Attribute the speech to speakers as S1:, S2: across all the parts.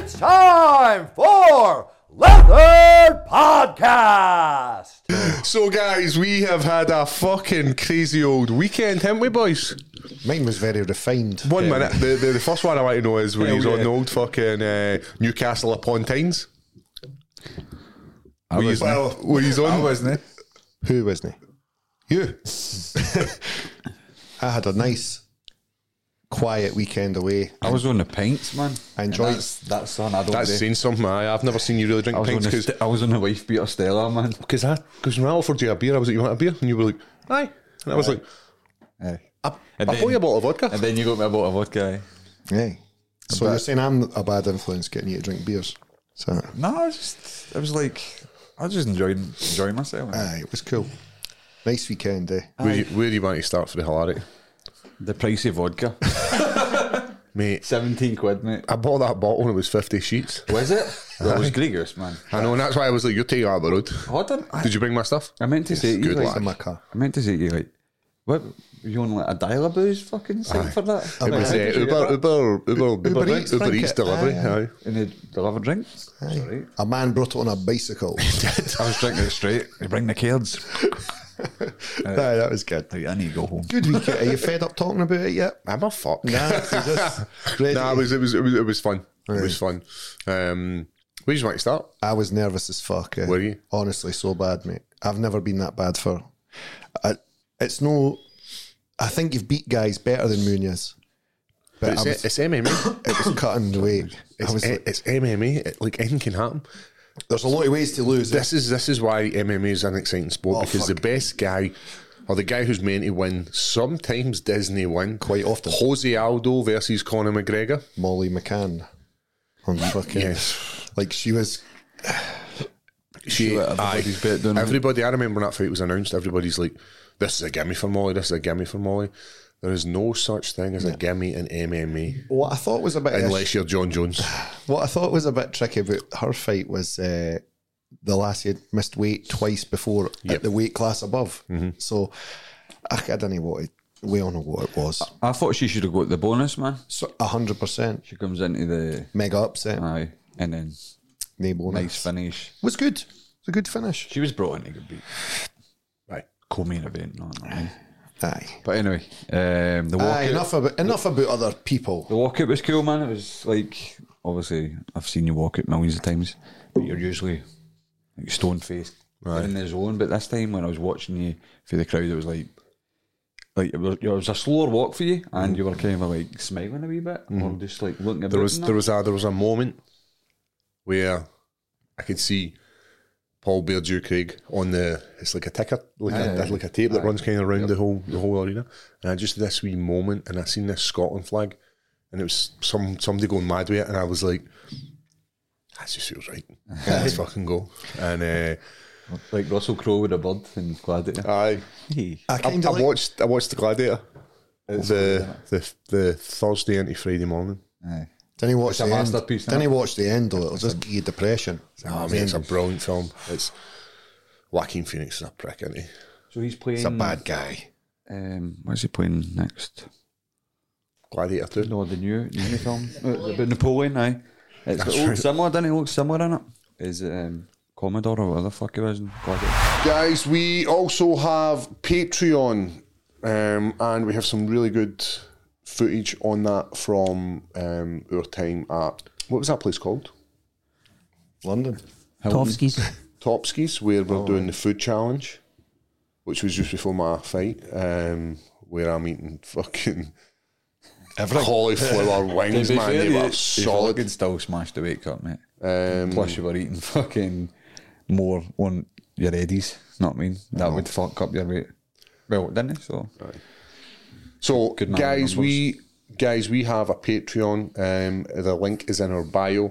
S1: time for Leopard Podcast.
S2: So, guys, we have had a fucking crazy old weekend, haven't we, boys?
S3: Mine was very refined.
S2: One minute. The, the, the first one I want to know is when he was on the old fucking uh, Newcastle upon Tynes.
S4: I
S2: Were
S4: was
S2: yous- were yous on?
S4: I wasn't.
S3: Who wasn't he? You. I had a nice, quiet weekend away.
S4: I was on the pints, man.
S3: I enjoyed-
S4: And That's, that's on. I don't.
S2: That's
S4: do.
S2: saying something. I, I've never seen you really
S4: I
S2: drink
S4: was on
S2: pints
S4: the.
S2: because
S4: St- I was on the wife beater Stella, man.
S2: because I because when I offered you a beer, I was like, "You want a beer?" and you were like, "Aye," and I was like,
S4: Aye.
S2: "I, I
S4: And then-
S2: bought you a bottle of vodka."
S4: And then you got me a bottle of vodka. eh? aye.
S3: Yeah. So you're saying I'm a bad influence getting you to drink beers? So,
S4: No, I was just. I was like, I was just enjoying enjoying myself.
S3: aye, it was cool. Nice weekend, eh?
S2: Where, you- where do you want to start for the hilarity,
S4: The price of vodka,
S2: mate?
S4: seventeen quid, mate.
S2: I bought that bottle and it was fifty sheets.
S4: Was it? That was Gregor's, man.
S2: I know, and that's why I was like, "You're taking it out of the road."
S4: Hold on. I,
S2: Did you bring my stuff?
S4: I meant to say to you,
S2: good
S4: like,
S3: It's in my car.
S4: I meant to say to you, like, what? You on like a dial a booze fucking site for that?
S2: It was uh, Uber, Uber, Uber, Uber,
S3: Uber
S2: Uber,
S3: Eats,
S2: Eats, Uber
S3: thank
S2: Eats
S3: it.
S2: delivery.
S3: Aye,
S2: Aye.
S4: And they deliver drinks. That's all right.
S3: A man brought it on a bicycle.
S4: I was drinking it straight. They bring the cards.
S3: aye, that was good.
S4: Like, I need to go home.
S3: Good weekend. Are you fed up talking about it yet?
S2: I'm a fuck.
S3: Nah, so just ready.
S2: Nah, it was it was it was, it was fun. It was fun. Um, where do you want to start?
S3: I was nervous as fuck. eh.
S2: Were you?
S3: Honestly, so bad, mate. I've never been that bad for. I, it's no. I think you've beat guys better than Munoz. But
S2: It's,
S3: I was,
S2: it's MMA.
S3: it was cutting the weight. I
S2: It's,
S3: was,
S2: it's MMA. It- E, like anything can happen.
S3: there's a lot of ways to lose.
S2: This is this is why MMA is an exciting sport because the best guy. Or the guy who's meant to win sometimes Disney win
S3: Quite often.
S2: Jose Aldo versus Conor McGregor.
S3: Molly McCann. On fucking,
S2: Yes,
S3: Like she was.
S2: she. Aye.
S4: Everybody's bet doing it.
S2: Everybody, I remember when that fight was announced. Everybody's like, "This is a gimme for Molly. This is a gimme for Molly." There is no such thing as a gimme in MMA
S3: What I thought was a bit.
S2: unless you're John Jones.
S3: What I thought was a bit tricky about her fight was uh, the lassie had missed weight twice before at the weight class above. So I, I don't know what it, we all know what it was.
S4: I thought she should have got the bonus, man.
S3: So hundred percent
S4: She comes into the
S3: mega upset.
S4: aye, and then
S3: no bonus.
S4: nice finish.
S3: was good. It's a good finish.
S4: She was brought in to get beat.
S2: Right.
S4: Co-main event, no, no, aye.
S3: Aye.
S4: But anyway, um, the walkout.
S3: Aye, enough about enough about other people.
S4: The walkout was cool, man. It was like obviously I've seen you walk out millions of times, but you're usually like stone faced in the zone. But this time when I was watching you through the crowd, it was like like it was, it was a slower walk for you, and you were kind of like smiling a wee bit, or just like looking.
S2: There was there was a there was a moment where I could see Paul Beardew Craig on the it's like a ticker like, a, like a tape that runs kind of around the whole the whole arena, and I just had this wee moment, and I seen this Scotland flag, and it was some somebody going mad with it, and I was like, that just feels right. Let's fucking go. And uh,
S4: like Russell Crowe with a bird and gladiator.
S2: I
S3: I
S2: I,
S3: kind
S2: I
S3: of like,
S2: watched I watched the Gladiator. The, the the Thursday into Friday morning.
S4: Aye.
S3: didn't he watch the
S4: a
S3: end?
S4: masterpiece,
S3: Didn't he
S4: innit?
S3: watch the end? Though it'll just give you depression. Mm.
S2: Oh, man, it's a brilliant film. It's Joaquin Phoenix is a prick, isn't he?
S4: So he's playing.
S3: He's a bad guy.
S4: Um, what is he playing next?
S2: Gladiator too.
S4: No, the new, the new film. Uh, About Napoleon, aye. It's it looks similar, doesn't it? It looks similar in it. Is it um, Commodore or whatever the fuck it was? in Gladiator?
S2: Guys, we also have Patreon, um, and we have some really good footage on that from um, our time at what was that place called?
S3: London.
S5: Tovsky's.
S2: Topskis, where
S4: Oh,
S2: we're doing the food challenge, which was just before my fight, um, where I'm eating fucking cauliflower wings, man. They
S4: you-
S2: were
S4: you
S2: solid.
S4: fucking still smashed the wake up, mate.
S2: Um,
S4: Plus, you were eating fucking more on your eddies. Know what I mean? That would fuck up your weight. Well, didn't it? So
S2: So,
S4: man
S2: guys, we guys we have a Patreon. Um, the link is in our bio.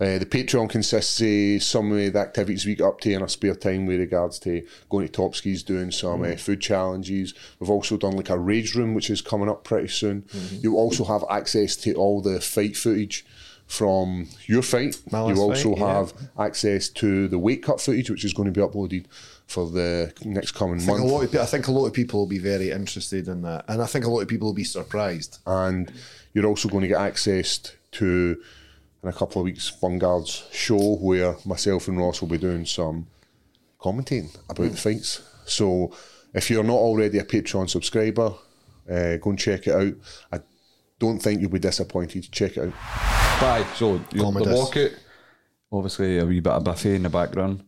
S2: Uh, the Patreon consists of some of the activities we get up to in our spare time with regards to going to top skis, doing some
S3: Mm.
S2: uh, food challenges. We've also done like a rage room, which is coming up pretty soon.
S3: Mm-hmm.
S2: You'll also have access to all the fight footage from your fight.
S3: My
S2: you
S3: last
S2: also
S3: fight, yeah.
S2: have access to the weight cut footage, which is going to be uploaded for the next coming
S3: I think,
S2: month.
S3: a lot of, pe- I think a lot of people will be very interested in that, and I think a lot of people will be surprised.
S2: and you're also going to get access to in a couple of weeks Vanguard's show where myself and Ross will be doing some commentating about the fights. So if you're not already a Patreon subscriber, uh, go and check it out. I don't think you'll be disappointed. Check it out.
S4: Bye. So you- the
S3: Commodus.
S4: walkout, obviously a wee bit of buffet in the background.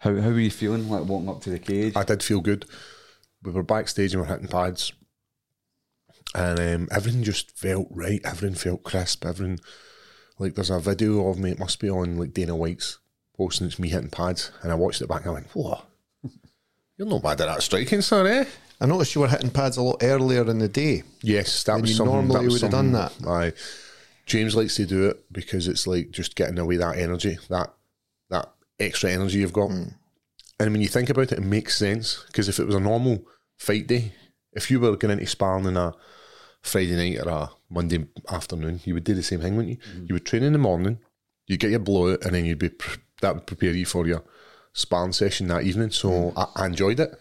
S4: How how are you feeling like walking up to the cage?
S2: I did feel good. We were backstage and we are hitting pads, and um, everything just felt right. Everything felt crisp. Everything like there's a video of me. It must be on like Dana White's posting. It's me hitting pads, and I watched it back and I went, "Whoa, you're not bad at that striking, son, eh?"
S3: I noticed you were hitting pads a lot earlier in the day.
S2: Yes, that
S3: Then
S2: was
S3: you
S2: something.
S3: normally
S2: that was
S3: would have done
S2: something- Aye. James likes to do it because it's like just getting away that energy, that that extra energy you've got.
S3: Hmm.
S2: And when you think about it, it makes sense because if it was a normal fight day, if you were going into sparring on a Friday night or a Monday afternoon, you would do the same thing, wouldn't
S3: Hmm.
S2: you? You would train in the morning, you would get your blowout, and then you'd be pr- that would prepare you for your sparring session that evening. So
S3: Hmm.
S2: I, I enjoyed it.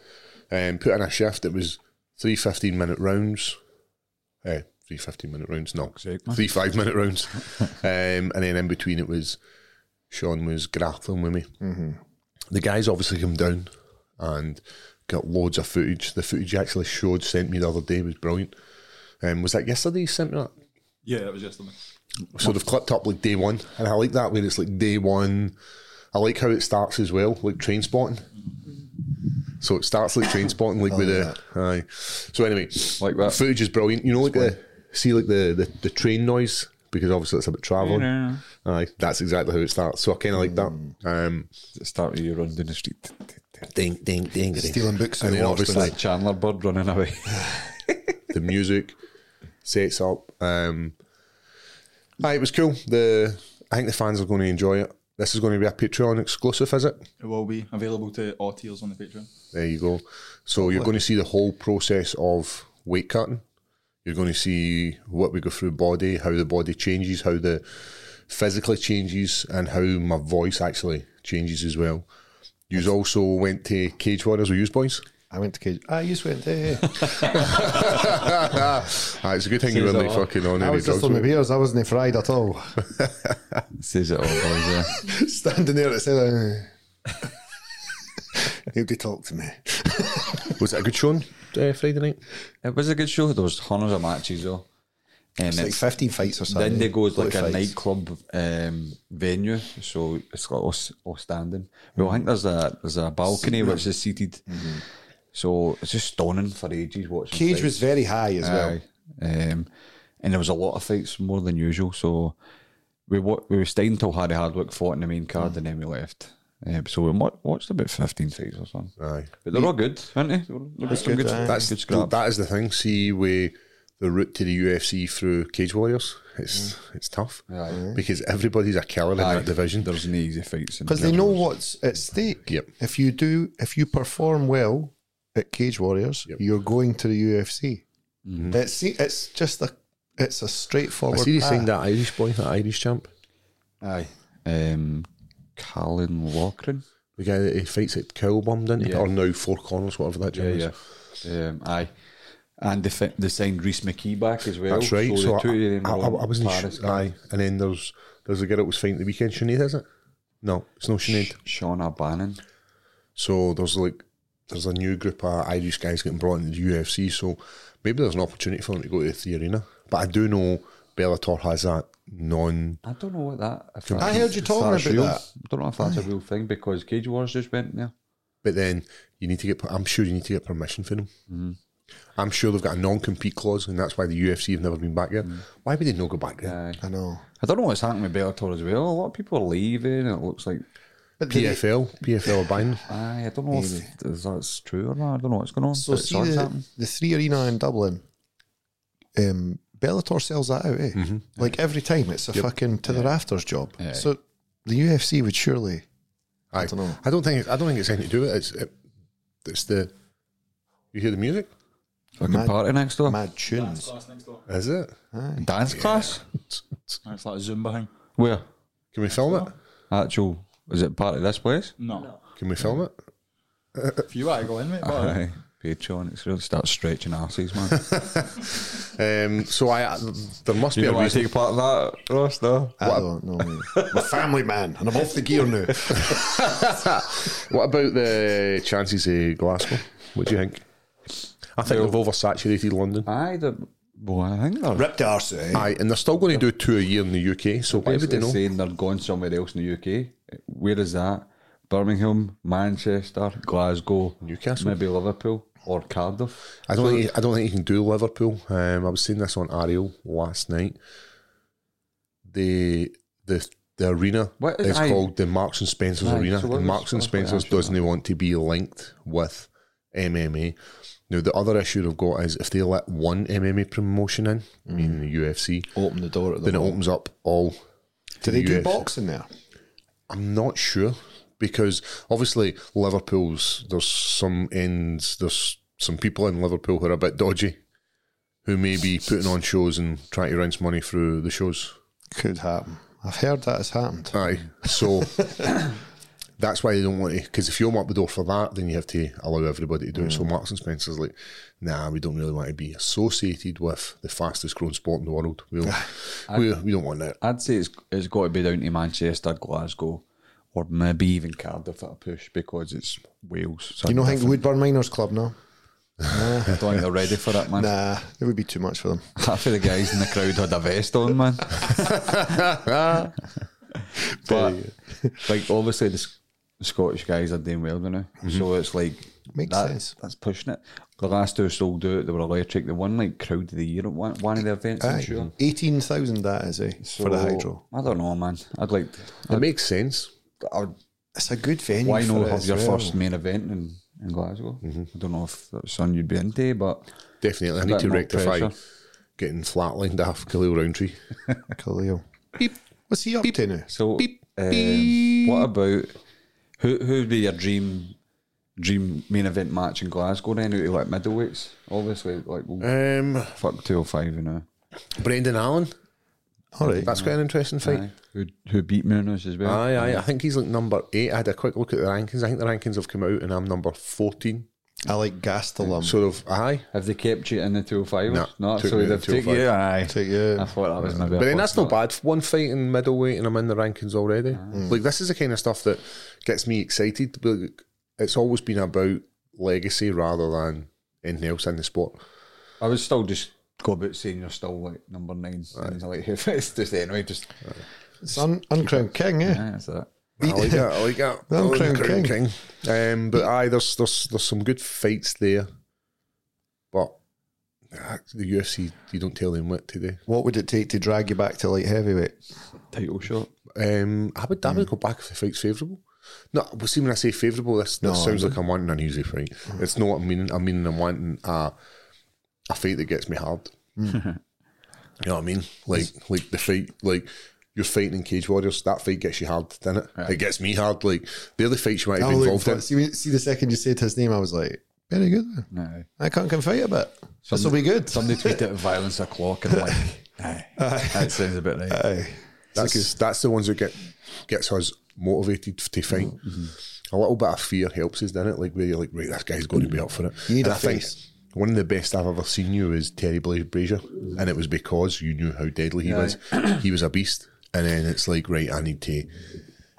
S2: And put in a shift. It was three 15 minute rounds. Uh, three 15 minute rounds, no.
S4: Sake, man.
S2: Three five minute rounds. um, and then in between it was Sean was grappling with me. The guys obviously come down and got loads of footage. The footage you actually showed, sent me the other day, was brilliant. Um, was that yesterday you sent me that?
S5: Yeah, that was yesterday.
S2: So they've clipped up like day one, and I like that where it's like day one. I like how it starts as well, like train spotting. So it starts like train spotting, like with the aye. So anyway,
S4: Like that.
S2: footage is brilliant. You know, like the see like the the, the train noise because obviously it's about traveling. Aye, that's exactly how it starts. So I kind of like that. Um,
S4: At the start of you run down the street.
S2: ding ding ding. ding.
S3: Stealing books
S2: and
S3: out
S2: then
S3: of Oxford.
S2: obviously
S4: Like Chandler Bird running away.
S2: the music sets up. Um, aye, it was cool. The I think the fans are going to enjoy it. This is going to be a Patreon exclusive, is it?
S5: It will be available to all tiers on the Patreon.
S2: There you go. So you're going to see the whole process of weight cutting. You're going to see what we go through body, how the body changes, how the physically changes, and how my voice actually changes as well. You also went to Cage Warriors with you boys.
S3: I went to cage. I just went there.
S2: ah, it's a good thing you were like fucking on
S3: I
S2: any
S3: was just
S2: drugs.
S3: on my beers. I wasn't fried at all.
S4: Says it all, boys. Yeah.
S3: Standing there at the Nobody talked to me.
S2: Was it a good show on uh, Friday night?
S4: It was a good show. There was hundreds of matches though, and
S3: It's
S4: it's
S3: like 15 fights or something.
S4: then they goes like a
S3: Fights.
S4: nightclub um, venue, so it's got all, s- all standing. Well, I think there's a there's a balcony which is seated, so it's just stunning for ages watching.
S3: Mm-hmm. Cage
S4: fights.
S3: was very high as well.
S4: Aye. Um, and there was a lot of fights, more than usual. So we wa- we were staying until Harry Hardwick fought in the main card,
S3: Mm.
S4: and then we left. Um, so we wa- watched about fifteen fights or something.
S2: Aye.
S4: But they're all good, aren't they? They're- They're some good, uh,
S2: That's
S4: good scraps.
S2: that is the thing. See, we the route to the UFC through Cage Warriors. It's
S4: Mm.
S2: it's tough
S4: Aye.
S2: because everybody's a killer in
S4: Aye,
S2: that division.
S4: There's no easy fights in
S3: Because they know what's at stake.
S2: Yep.
S3: If you do, if you perform well at Cage Warriors, you're going to the UFC. It's, it's just a, it's a straightforward.
S2: Mm-hmm. I see you
S3: path.
S2: saying
S4: "Ah."
S2: that Irish boy, that Irish champ,
S4: Aye. Um, Colin Lochran.
S2: the guy that he fights at Cowbomb, didn't he?
S4: Yeah.
S2: Or now Four Corners, whatever that gym is.
S4: Um, aye. And they, fi- they signed Reese McKee back as well.
S2: That's right.
S4: So,
S2: So,
S4: the two of them
S2: I, I,
S4: were
S2: I,
S4: on
S2: I wasn't
S4: Paris.
S2: sure. uh, Aye, and then there's there's a girl that was fighting the weekend. Sinead, is it? No, it's no Sinead.
S4: Shauna Bannon.
S2: So there's like there's a new group of Irish guys getting brought into the UFC. So maybe there's an opportunity for them to go to the arena. But I do know Bellator has that non.
S4: I don't know what that. If
S3: I heard you
S4: if
S3: talking
S4: that's
S3: about
S4: real.
S3: that.
S4: I don't know if that's a real thing because Cage Wars just went there.
S2: But then you need to get. I'm sure you need to get permission for them.
S3: Mm-hmm.
S2: I'm sure they've got a non-compete clause, and that's why the UFC have never been back there.
S3: Mm.
S2: Why would they not go back there?
S3: I know.
S4: I don't know what's happening with Bellator as well. A lot of people are leaving. It looks like.
S3: But the-
S2: PFL, PFL are buying. them.
S4: Aye, I don't know if th- that's true or not. I don't know what's going on.
S3: So
S4: but it's
S3: see
S4: always
S3: the,
S4: happening.
S3: the three arena in Dublin. Um, Bellator sells that out, eh? Like every time, it's a fucking to the rafters job. So the UFC would surely.
S2: I,
S3: don't know.
S2: I don't think. it- I don't think it's anything to do with it. It's, it, it's the. You hear the music?
S4: Fucking
S3: Mad-
S4: party next door.
S3: Mad tunes.
S5: Class next door.
S2: Is it?
S4: Dance class?
S5: It's like a Zumba thing.
S4: Where?
S2: Can we film it?
S4: Actual. Is it part of this place?
S5: No.
S2: Can we film it?
S5: If you want to go in, mate, but
S4: Aye. Patreon. It's going to start stretching asses, man.
S2: Um, so I I- there must
S4: Do
S2: be a
S4: you want to
S2: reason.
S4: take part of that, Ross? No.
S3: I don't know. man. I'm a family man, and I'm off the gear now.
S2: What about the chances of Glasgow? What do you think? I think they've oversaturated London.
S4: Aye, the well, I think they're
S3: Ripped arse, eh?
S2: Aye, and they're still going to do two a year in the UK. So why would they
S4: basically
S2: know?
S4: saying they're going somewhere else in the UK. Where is that? Birmingham, Manchester, Glasgow,
S2: Newcastle.
S4: maybe Liverpool or Cardiff.
S2: I don't. Think, I don't think you can do Liverpool. Um, I was seeing this on Ariel last night. The the the arena
S4: What is
S2: is
S4: I-
S2: called the Marks and Spencers
S4: Aye,
S2: Arena.
S4: so what
S2: and
S4: was-
S2: Marks and
S4: what was my
S2: Spencers
S4: answer to
S2: doesn't want to be linked with MMA. Now the other issue they've got is if they let one MMA promotion in,
S4: Mm.
S2: meaning the UFC,
S3: Open the door at the
S2: then it
S3: moment.
S2: opens up all. to
S3: Do they
S2: the
S3: do
S2: UFC.
S3: boxing there?
S2: I'm not sure because obviously Liverpool's there's some ends there's some people in Liverpool who are a bit dodgy, who may be putting on shows and trying to rinse money through the shows.
S3: Could happen. I've heard that has happened.
S2: Aye, so that's why they don't want to. Because if you open up the door for that, then you have to allow everybody to do it. So Marks and Spencer's like, nah, we don't really want to be associated with the fastest growing sport in the world. We don't, we, we don't want that.
S4: I'd say it's it's got to be down to Manchester, Glasgow, or maybe even Cardiff at a push because it's Wales. So
S3: You know, think Woodburn Miners Club now?
S4: I don't think they're ready for it, man.
S3: Nah, it would be too much for them.
S4: Half of the guys in the crowd had a vest on, man. but like obviously the, S- the Scottish guys are doing well now,
S3: Mm-hmm.
S4: so it's like
S3: Makes
S4: that-
S3: sense.
S4: That's pushing it. The last two sold out. They were electric. They won like crowd of the year at one, one of the events. I'm
S3: Aye.
S4: sure.
S3: 18,000 that is, eh? for the
S4: So,
S3: Hydro.
S4: I don't know, man. I'd like. to-
S2: It makes sense.
S4: I would,
S3: It's a good venue.
S4: why
S3: for
S4: not
S3: it
S4: have
S3: as
S4: your
S3: well.
S4: first main event in, in Glasgow?
S3: Mm-hmm.
S4: I don't know if that's something you'd be into, but
S2: Definitely. I need
S4: bit
S2: to
S4: more
S2: rectify
S4: pressure.
S2: getting flatlined off Khalil Roundtree.
S3: Khalil. What's he up to now?
S4: So, um, what about who? Who would be your dream dream main event match in Glasgow? Then out of like middleweights, obviously, like we'll
S2: Um,
S4: fuck two or five, you know.
S2: Brendan Allen.
S3: All right.
S2: That's quite an interesting fight.
S4: Who who beat Munoz as well?
S2: Aye. aye, I think he's like number eight. I had a quick look at the rankings. I think the rankings have come out, and I'm number fourteen.
S3: I like Gastelum.
S2: So they've aye.
S4: Have they kept you in the two or five?
S2: No,
S4: no.
S2: took
S4: So
S2: me
S4: they've
S2: in the oh
S4: taken you. Aye.
S3: Take you.
S4: I thought that was maybe.
S2: But then that's not bad. One fight in middleweight, and I'm in the rankings already. Like this is the kind of stuff that gets me excited. But it's always been about legacy rather than anything else in the sport.
S4: I would still just go about saying you're still like number nine. And like it's just anyway, just
S3: It's un- uncrowned king, eh?
S4: yeah, that's it.
S2: I like that. I like that. I like
S3: Crown
S2: Crown King. Um, but aye, there's there's there's some good fights there, but ah, the UFC you don't tell them what to do.
S3: What would it take to drag you back to light heavyweight?
S4: Title shot.
S2: Um, I would I would go back if the fight's favourable. No, but see when I say favourable, this, this sounds like I'm wanting an easy fight. It's not what I'm meaning. I'm meaning I'm wanting a a fight that gets me hard. you know what I mean? Like like the fight like. You're fighting in Cage Warriors. That fight gets you hard, doesn't it? It gets me hard. Like they're the fights you might have
S3: I'm
S2: been
S3: looking
S2: involved
S3: for
S2: in.
S3: it. See, see, the second you said his name, I was like, very good. then.
S4: No.
S3: I can't can fight a bit. This will be good.
S4: Somebody tweeted violence o'clock and like, aye, that sounds a bit right.
S3: Aye.
S2: That's that's the ones that get gets us motivated to fight.
S3: Mm-hmm.
S2: A little bit of fear helps us, doesn't it? Like where you're like, right, this guy's going to be up for it.
S3: You need
S2: and
S3: a
S2: I think
S3: face.
S2: one of the best I've ever seen you is Terry Bla- Brazier, and it was because you knew how deadly he was. he was a beast, and then it's like, right, I need to,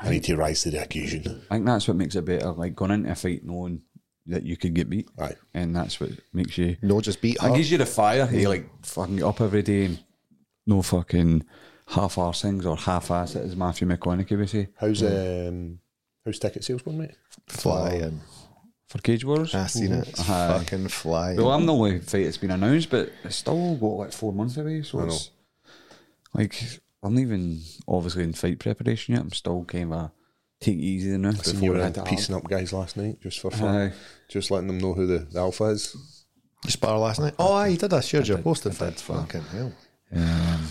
S2: I need to rise to the occasion.
S4: I think that's what makes it better. Like going into a fight knowing that you could get beat,
S2: Right.
S4: and that's what makes you.
S3: No, just beat
S4: It
S3: her.
S4: gives you the fire. You like fucking get up every day and no fucking half arse things or half ass it, as Matthew McConaughey would say
S2: How's
S3: Mm.
S2: um, how's ticket sales going, mate?
S3: Flying.
S4: for Cage Wars.
S3: I seen it. It's
S4: Aye.
S3: fucking flying.
S4: Well, I'm the only fight that's been announced, but it's still got like four months away. So it's like I'm not even obviously in fight preparation yet. I'm still kind of take it easy now.
S2: I seen
S4: before
S2: you
S4: I
S2: were
S4: hit it hard.
S2: piecing up guys last night just for fun,
S4: Aye.
S2: just letting them know who the, the alpha is.
S3: Spar last night. Oh, aye, you did. I shared your post. I did. Fucking hell.
S4: Um,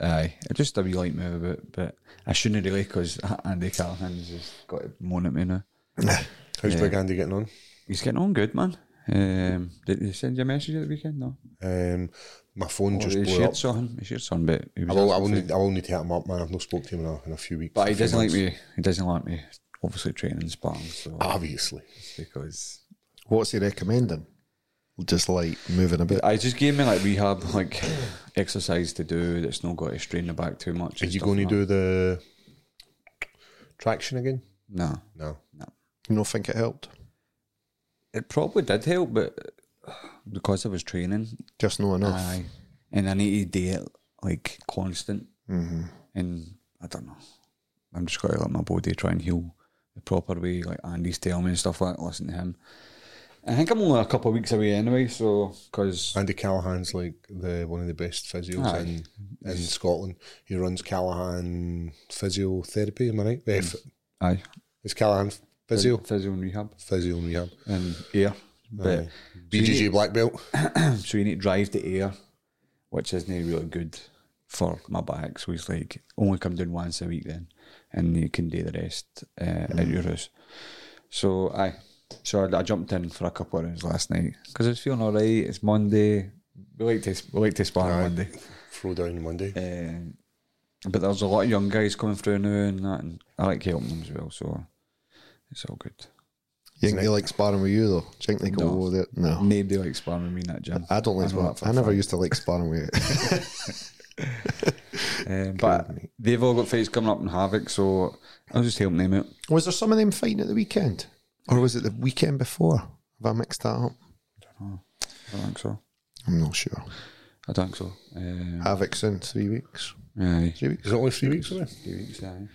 S4: aye, I just a wee light move about, but I shouldn't really because Andy Callahan's just got to moan at me now.
S2: How's Big Andy getting on?
S4: He's getting on good, man. Um, did he send you a message at the weekend? No,
S2: Um, my phone
S4: Or
S2: just
S4: he
S2: blew
S4: shared
S2: up.
S4: something. He shared something, but he
S2: I
S4: was
S2: will, I,
S4: asking
S2: will
S4: for-
S2: need, I will need to hit him up, man. I've not spoke to him in a, in a few weeks.
S4: But he
S2: a few
S4: doesn't like
S2: months. Ah.
S4: me. He doesn't like me. Obviously training and sparring, so
S2: Obviously.
S4: because
S3: What's he recommending? just light moving a bit.
S4: I just gave me like rehab, like exercise to do that's not got to strain the back too much.
S2: Are
S4: and
S2: you
S4: stuff
S2: going to
S4: like
S2: do
S4: that.
S2: the traction again?
S4: No,
S2: No.
S3: You don't think it helped?
S4: it probably did help, but because I was training,
S3: Just no enough.
S4: aye, and I need to do it like constant,
S2: Mm-hmm.
S4: and I don't know. I'm just got to let my body try and heal the proper way, like Andy's telling me and stuff like. that, Listen to him. I think I'm only a couple of weeks away anyway, so because
S2: Andy Callahan's like the one of the best physios
S4: Aye.
S2: in, in Scotland. He runs Callahan Physiotherapy, am I right? Eh,
S4: Mm.
S2: f-
S4: aye,
S2: It's Callahan Physio.
S4: physio and rehab,
S2: Physio and rehab.
S4: and yeah, but.
S2: Aye. BJJ black belt.
S4: so you need to drive the air, which isn't really good for my back. So he's like, only come down once a week then, and you can do the rest uh, at your house. So I, so I, I jumped in for a couple of rounds last night because I was feeling all right. It's Monday. We like to we like to spar on Monday,
S2: Throw down Monday.
S4: uh, but there's a lot of young guys coming through now and that, and I like helping them as well. So it's all good.
S3: you think they like sparring with you though? Do you think they go
S4: No.
S3: over there? No.
S4: Nobody likes sparring with me in that gym.
S3: Oh. I don't like
S4: know
S3: sparring.
S4: that for
S3: I
S4: a
S3: never
S4: fact.
S3: used to like sparring with you.
S4: Um, but they've all got fights coming up in Havoc, so I'll just help them out.
S3: Was there some of them fighting at the weekend? Or was it the weekend before? Have I mixed that up?
S4: I don't think so.
S3: I'm not sure.
S4: I don't think so. Um,
S3: Havoc's in three weeks.
S4: aye.
S3: Three weeks?
S2: Is it only three weeks away?
S4: Few weeks, aye.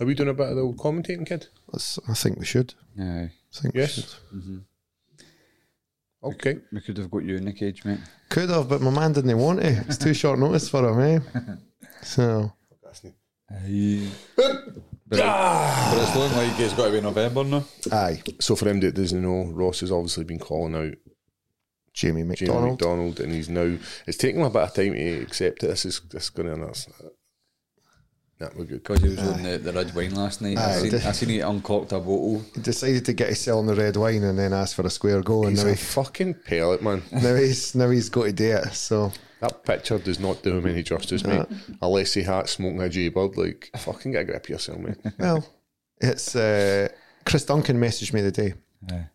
S2: Are we doing a bit of the old commentating, kid?
S3: Let's, I think we should.
S4: Aye.
S3: I think
S2: Yes.
S3: we should.
S2: Okay.
S4: We could have got you in the cage, mate.
S3: Could have, but my man didn't want to. It's too short notice for him, eh? So,
S4: But, it- but it's looking like it's got to be November now.
S3: aye,
S2: So for him that doesn't know, Ross has obviously been calling out
S3: Jamie
S2: Jamie
S3: McDonald.
S2: McDonald, and he's now it's taking him a bit of time to accept that this is this is going to that's that we're good. Oh,
S4: Because he was on the, the red wine last night. I
S3: Aye.
S4: seen, I seen he uncorked a bottle.
S3: He decided to get his sell on the red wine and then asked for a square goal, and
S2: He's
S3: now,
S2: a
S3: he,
S2: fucking pellet, man.
S3: now he's now he's got to do it. So,
S2: That picture does not do him any justice, mate. A Lessie hat smoking a J Bird, like fucking get a grip of yourself, mate.
S3: well, it's uh, Chris Duncan messaged me the day.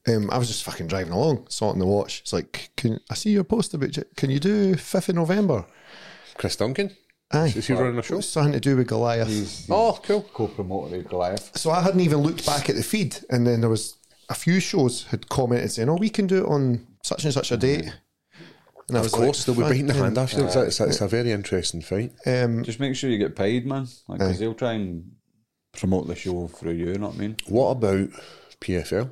S3: Um, I was just fucking driving along, saw it on the watch. It's like, can I see your post about? J- Can you do fifth of November?
S2: Chris Duncan,
S3: Aye,
S2: is he running a show?
S3: What's something to do with Goliath.
S2: Oh, cool.
S4: Co-promoter of Goliath.
S3: so I hadn't even looked back at the feed, and then there was a few shows had commented saying, "Oh, we can do it on such and such a date." And I
S2: Of course, they'll be
S3: "Fucking-
S2: beating the hand after. It's, it's, it's a very interesting fight.
S4: Just make sure you get paid, man. Like, because they'll try and promote the show through you, you know what I mean?
S2: What about PFL?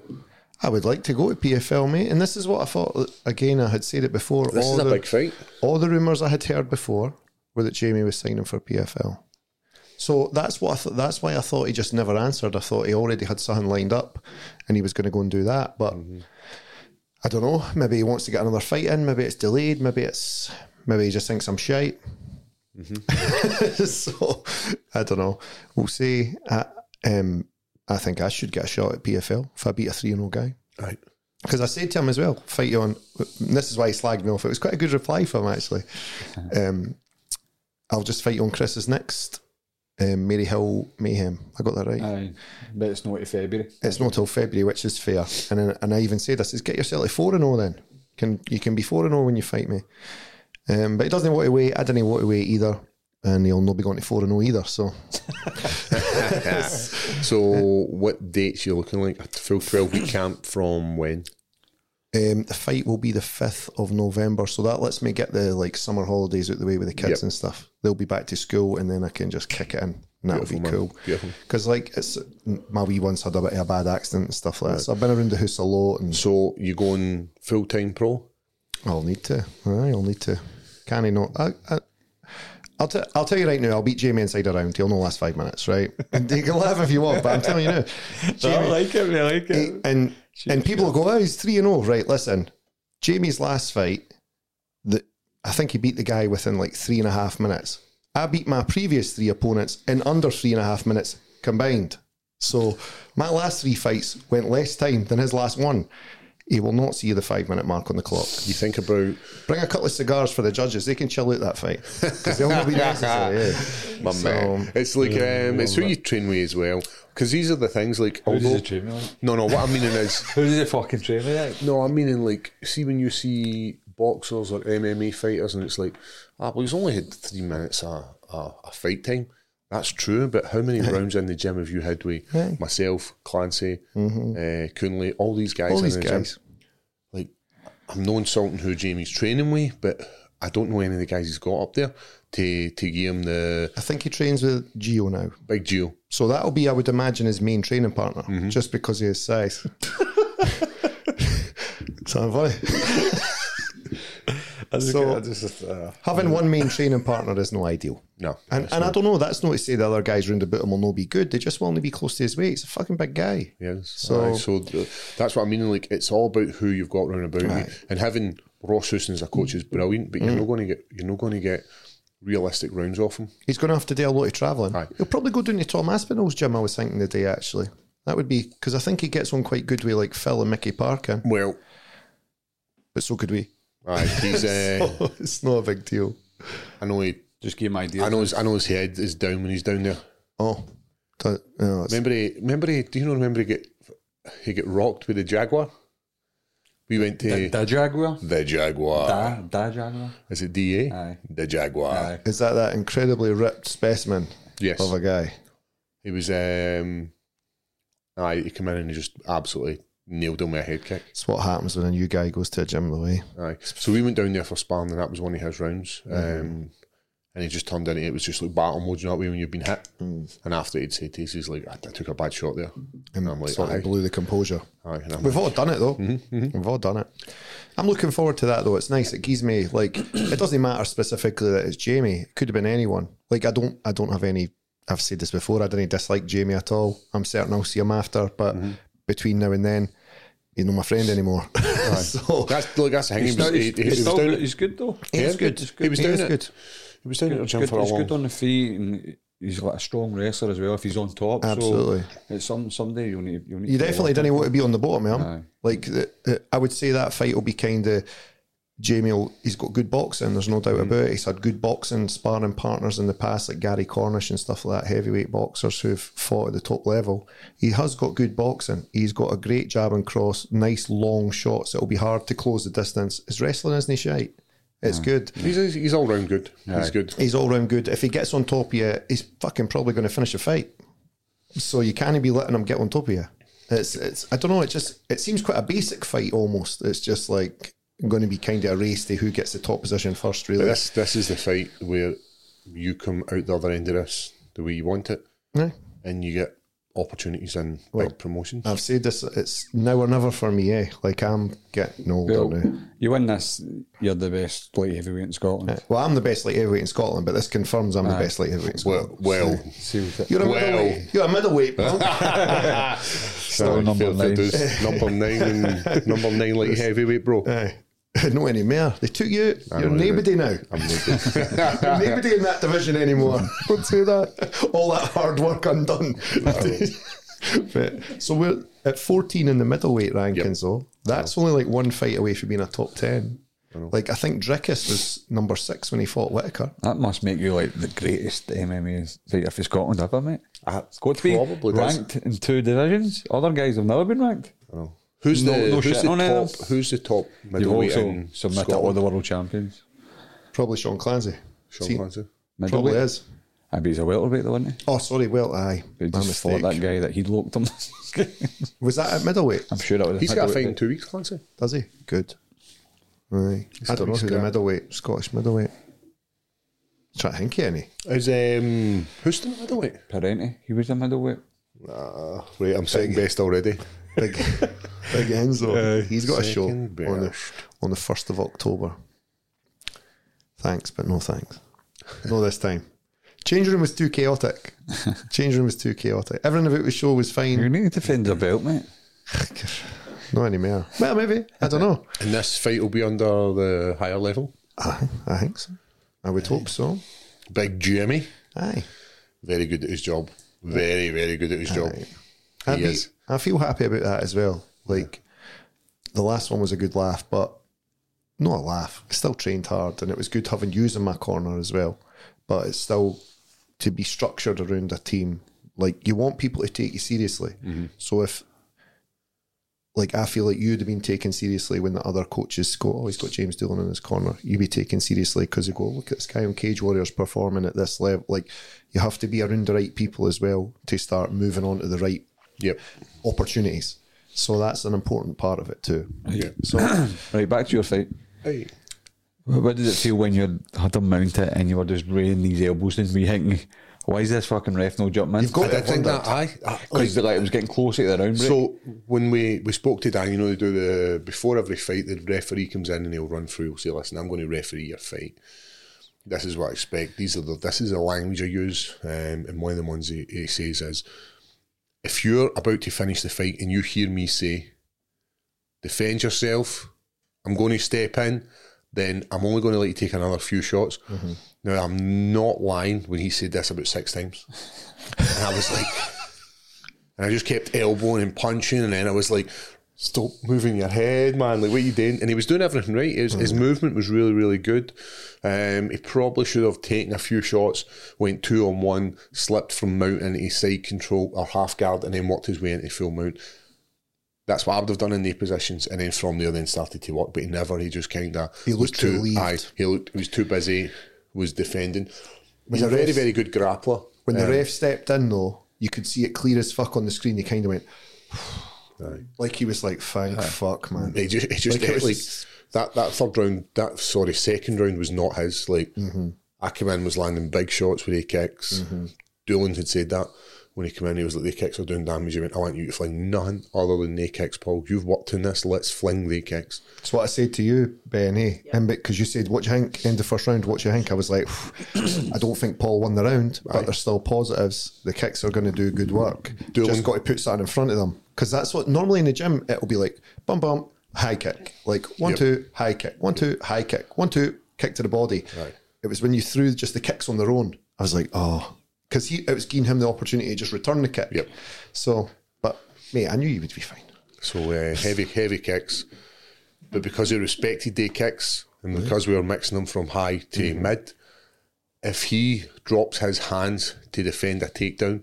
S3: I would like to go to PFL, mate. And this is what I thought. Again, I had said it before.
S2: This is a
S3: the,
S2: big fight.
S3: All the rumours I had heard before were that Jamie was signing for PFL. So that's what I th- that's why I thought he just never answered. I thought he already had something lined up, and he was going to go and do that. But I don't know. Maybe he wants to get another fight in. Maybe it's delayed. Maybe it's maybe he just thinks I'm shite. so I don't know. We'll see. I, um, I think I should get a shot at PFL if I beat a three and oh guy.
S2: Right.
S3: Because I said to him as well, fight you on. And this is why he slagged me off. It was quite a good reply from him, actually. Um, I'll just fight you on Chris's next um, Mary Hill Mayhem. I got that right.
S4: Aye. But it's not in February.
S3: it's not till February, which is fair. And then, and I even said, I says, get yourself to 4 and 0 then. Can You can be 4 and 0 when you fight me. Um, but he doesn't want to wait. I didn't want to wait either. And he'll not be going to 4 and 0 either. So
S2: So, what dates you looking like? A full 12 week camp from when?
S3: Um, the fight will be the fifth of November, so that lets me get the like summer holidays out the way with the kids
S2: Yep.
S3: and stuff. They'll be back to school, and then I can just kick it in. And that'll be
S2: Beautiful, man.
S3: cool.
S2: Beautiful.
S3: Because like it's my wee ones had a bit of a bad accident and stuff like that, so I've been around the house a lot, and
S2: So, you going full time pro?
S3: I'll need to. Aye, I'll need to. Can he not? I, I, I'll, t- I'll tell you right now. I'll beat Jamie inside a round. He'll not last five minutes, right? And you can laugh if you want, but I'm telling you now. Jamie-
S4: like it, I like
S3: Hey, and and people will go, oh, he's three and zero. Right, listen, Jamie's last fight, the I think he beat the guy within like three and a half minutes. I beat my previous three opponents in under three and a half minutes combined. So my last three fights went less time than his last one. He will not see the five minute mark on the clock.
S2: You think about
S3: Bring a couple of cigars for the judges. They can chill out that fight because they'll not be necessary. Yeah.
S2: my
S3: So,
S2: man. It's like um, it's who you train with as well, because these are the things like.
S4: Who does
S2: although-
S4: it train me like?
S2: no, no. What I'm meaning is
S4: Who does it fucking train me like?
S2: No, I'm meaning like, see when you see boxers or MMA fighters, and it's like, ah, well, he's only had three minutes a, a, a fight time. That's true, but how many rounds in the gym have you had with myself, Clancy, uh, Coonley, all these guys?
S3: Mm-hmm. All
S2: in
S3: these
S2: the
S3: guys.
S2: Gym. Like, I'm no insulting who Jamie's training with, but I don't know any of the guys he's got up there to to give him the
S3: I think he trains with Gio now.
S2: big deal.
S3: So that'll be, I would imagine, his main training partner, just because of his size. Sound funny? So- Having one main training partner is no ideal.
S2: No,
S3: uh, And, and I don't know, that's not to say the other guys round about him will not be good. They just will only be close to his weight. He's a fucking big guy.
S2: Yes.
S3: So-
S2: So, so th- that's what I mean. Like it's all about who you've got round about you, and having Ross Houston as a coach is brilliant. But you're not going to get you're not going to get realistic rounds off him.
S3: He's going to have to do a lot of travelling.
S2: Aye.
S3: He'll probably go down to Tom Aspinall's gym, I was thinking the day, actually. That would be, because I think he gets on quite good with like Phil and Mickey Parker,
S2: Well,
S3: but so could we.
S2: aye, he's. Uh,
S3: it's not a big deal.
S2: I know he.
S4: Just give him ideas.
S2: I know his. I know his head is down when he's down there.
S3: Oh, that, no, it's-
S2: Remember he. Remember he. Do you know? Remember he get he get rocked with the jaguar. We went to
S4: Da Jaguar?
S2: the jaguar.
S4: Da, da Jaguar?
S2: Is it DA?
S4: Aye.
S2: The jaguar.
S4: Aye.
S3: is that that incredibly ripped specimen
S2: Yes.
S3: of a guy?
S2: He was. um Aye, he came in and he just absolutely nailed him with a head kick.
S3: It's what happens when a new guy goes to a gym eh? the way.
S2: Aye. So we went down there for sparring, and that was one of his rounds. Um, and he just turned in. It was just like battle mode, you know what I mean, when you've been hit. And after he'd say, to us, he's like, I, I took a bad shot there. And I'm like,
S3: sort
S2: aye,
S3: of blew the composure.
S2: aye. And I'm
S3: We've
S2: like,
S3: all done it though. We've all done it. I'm looking forward to that though. It's nice. It gives me like it doesn't matter specifically that it's Jamie. It could have been anyone. Like I don't I don't have any I've said this before, I didn't dislike Jamie at all. I'm certain I'll see him after, but between now and then, he's not my friend anymore. so
S2: that's, look, that's the thing. He
S4: He's,
S2: was,
S4: not-
S2: he,
S4: he's,
S2: he- he
S4: he's
S2: was
S4: still-
S2: down,
S4: he's good though.
S2: he
S3: He's
S2: is good.
S3: good.
S2: He was
S3: He
S2: down
S3: is
S2: at-
S3: good.
S2: He was down at the
S4: He's
S2: gym
S4: good,
S2: for a
S4: he's
S2: long
S4: good on the feet and he's like a strong wrestler as well if he's on top.
S3: Absolutely.
S4: So it's some someday you'll need you'll need
S3: You
S4: to
S3: definitely
S4: work on
S3: didn't
S4: it.
S3: want to be on the bottom, man.
S4: Aye.
S3: Like the, the- I would say that fight will be kind of Jamie. Will, he's got good boxing. There's no doubt about it. He's had good boxing sparring partners in the past, like Gary Cornish and stuff like that. Heavyweight boxers who've fought at the top level. He has got good boxing. He's got a great jab and cross, nice long shots. It'll be hard to close the distance. His wrestling isn't he shite. It's good.
S2: He's, he's, he's all round good. He's good.
S3: He's all round good. If he gets on top of you, he's fucking probably going to finish a fight. So you can't be letting him get on top of you. It's it's I don't know. It just it seems quite a basic fight almost. It's just like going to be kind of a race to who gets the top position first. Really,
S2: This, this is the fight where you come out the other end of this the way you want it,
S3: No,
S2: and you get opportunities and big promotions.
S3: I've said this. It's now or never for me. Eh? Like I'm getting older now.
S4: You win this, you're the best light heavyweight in Scotland.
S3: Well, I'm the best light heavyweight in Scotland, but this confirms I'm the best light heavyweight. In Scotland.
S2: Well, well,
S3: You're a
S2: well.
S3: middleweight. You're a middleweight. pal.
S2: Aye,
S4: number
S2: fair to
S4: nine.
S2: do. number nine, and number nine, like heavyweight, bro.
S3: Aye. Not anymore. They took you. out. You're nobody now.
S2: I'm no good.
S3: You're nobody in that division anymore. Don't say that. All that hard work undone. but, so we're at 14 in the middleweight rankings, though. That's only like one fight away from being a top 10. Like, I think Drickus was number six when he fought Whitaker.
S4: That must make you like the greatest MMA fighter for Scotland ever, mate. It's got to be
S2: Ah, probably does.
S4: ranked in two divisions. Other guys have never been ranked.
S2: Who's
S4: No-
S2: the
S4: no
S2: who's
S4: shit
S2: the
S4: on it.
S2: top? Who's the top
S4: You've
S2: middleweight
S4: also
S2: in
S4: submitted all
S2: Scotland?
S4: the world champions.
S3: Probably Sean Clancy.
S2: Sean
S3: See,
S2: Clancy.
S3: Probably
S4: Middleweight.
S3: is.
S4: I bet he's a welterweight though, isn't
S3: Oh, sorry. Well, aye.
S4: he? He
S3: My
S4: just fought
S3: mistake.
S4: that guy that he looked him.
S3: Was that at middleweight?
S4: I'm sure that was.
S2: He's got a
S4: middleweight
S2: fight in two weeks, Clancy.
S3: Does he? Good. Aye. I don't know who the
S2: Scott.
S3: middleweight, Scottish middleweight. Try to think of any.
S2: Is um who's the middleweight?
S4: fight. Parenti. He was a middleweight.
S2: Uh, Wait, I'm second best already.
S3: Big, big Enzo. He's got a show on
S2: Uh, second
S3: the,
S2: best.
S3: on the 1st of October. Thanks, but no thanks. No this time. Change room was too chaotic. Change room was too chaotic. Everything about the show was
S4: You
S3: fine.
S4: need to defend your belt, mate.
S3: Not anymore. Well, maybe. I don't know.
S2: And this fight will be under the higher level.
S3: I, I think so. I would hope so.
S2: Big Jimmy,
S3: Aye.
S2: very good at his job. Very, very good at his job.
S3: I,
S2: He
S3: be-
S2: is.
S3: I feel happy about that as well. Like, the last one was a good laugh, but not a laugh. I still trained hard, and it was good having yous in my corner as well. But it's still to be structured around a team. Like you want people to take you seriously.
S2: Mm-hmm.
S3: So if like I feel like you'd have been taken seriously when the other coaches go, oh, he's got James Doolan in his corner. You'd be taken seriously because you go, look at this guy on Cage Warriors performing at this level. Like you have to be around the right people as well to start moving on to the right
S2: Yep.
S3: opportunities. So that's an important part of it too.
S2: Yeah.
S3: So
S4: Right, back to your fight.
S2: Hey.
S4: Wh- What did it feel when you had to mount it and you were just raining these elbows in? Were you thinking, why is this fucking ref no jump in?
S3: You've got
S2: I think that I, I like,
S4: Because like, it was getting closer to the round break.
S2: So when we, we spoke to Dan, you know, they do the before every fight, the referee comes in and he'll run through. He'll say, "Listen, I'm going to referee your fight. This is what I expect. These are the this is the language I use." Um, and one of the ones he, he says is, "If you're about to finish the fight and you hear me say, defend yourself, I'm going to step in." Then I'm only going to let you take another few shots. Now I'm not lying when he said this about six times, and I was like, and I just kept elbowing and punching, and then I was like, "Stop moving your head, man! Like, what are you doing?" And he was doing everything right. His, his
S3: Mm.
S2: movement was really, really good. Um, he probably should have taken a few shots, went two on one, slipped from mount into side control or half guard, and then worked his way into full mount. That's what I would have done in the positions, and then from there, then started to work. But he never. He just kind of
S3: He looked
S2: too.
S3: relieved.
S2: Aye, he looked. He was too busy. Was defending. He's a very, very good grappler.
S3: when the ref stepped in though, you could see it clear as fuck on the screen. He kind of went like he was like, "Thank fuck, man."
S2: It just, it just
S3: Like, it was-
S2: like, that that third round, that sorry, second round was not his. Like
S3: Mm-hmm.
S2: Ackerman was landing big shots with A kicks. Doolan had said that when he came in, he was like, "The kicks are doing damage." He went, "I want you to fling nothing other than knee kicks, Paul. You've worked in this. Let's fling the kicks."
S3: It's what I said to you, Ben. Eh? because you said, "What do you think?" End of first round. What do you think? I was like, "I don't think Paul won the round, but there's still positives. The kicks are going to do good work. Just got to put something in front of them because that's what normally in the gym it'll be like bump bump high kick, like one two high kick, one two high kick, one two kick to the body.
S2: Right.
S3: It was when you threw just the kicks on their own. I was like, oh, because he it was giving him the opportunity to just return the kick.
S2: Yep.
S3: So, but mate, I knew you would be fine.
S2: So uh, heavy, heavy kicks. But because he respected day kicks and because we were mixing them from high to
S3: Mm-hmm.
S2: mid, if he drops his hands to defend a takedown,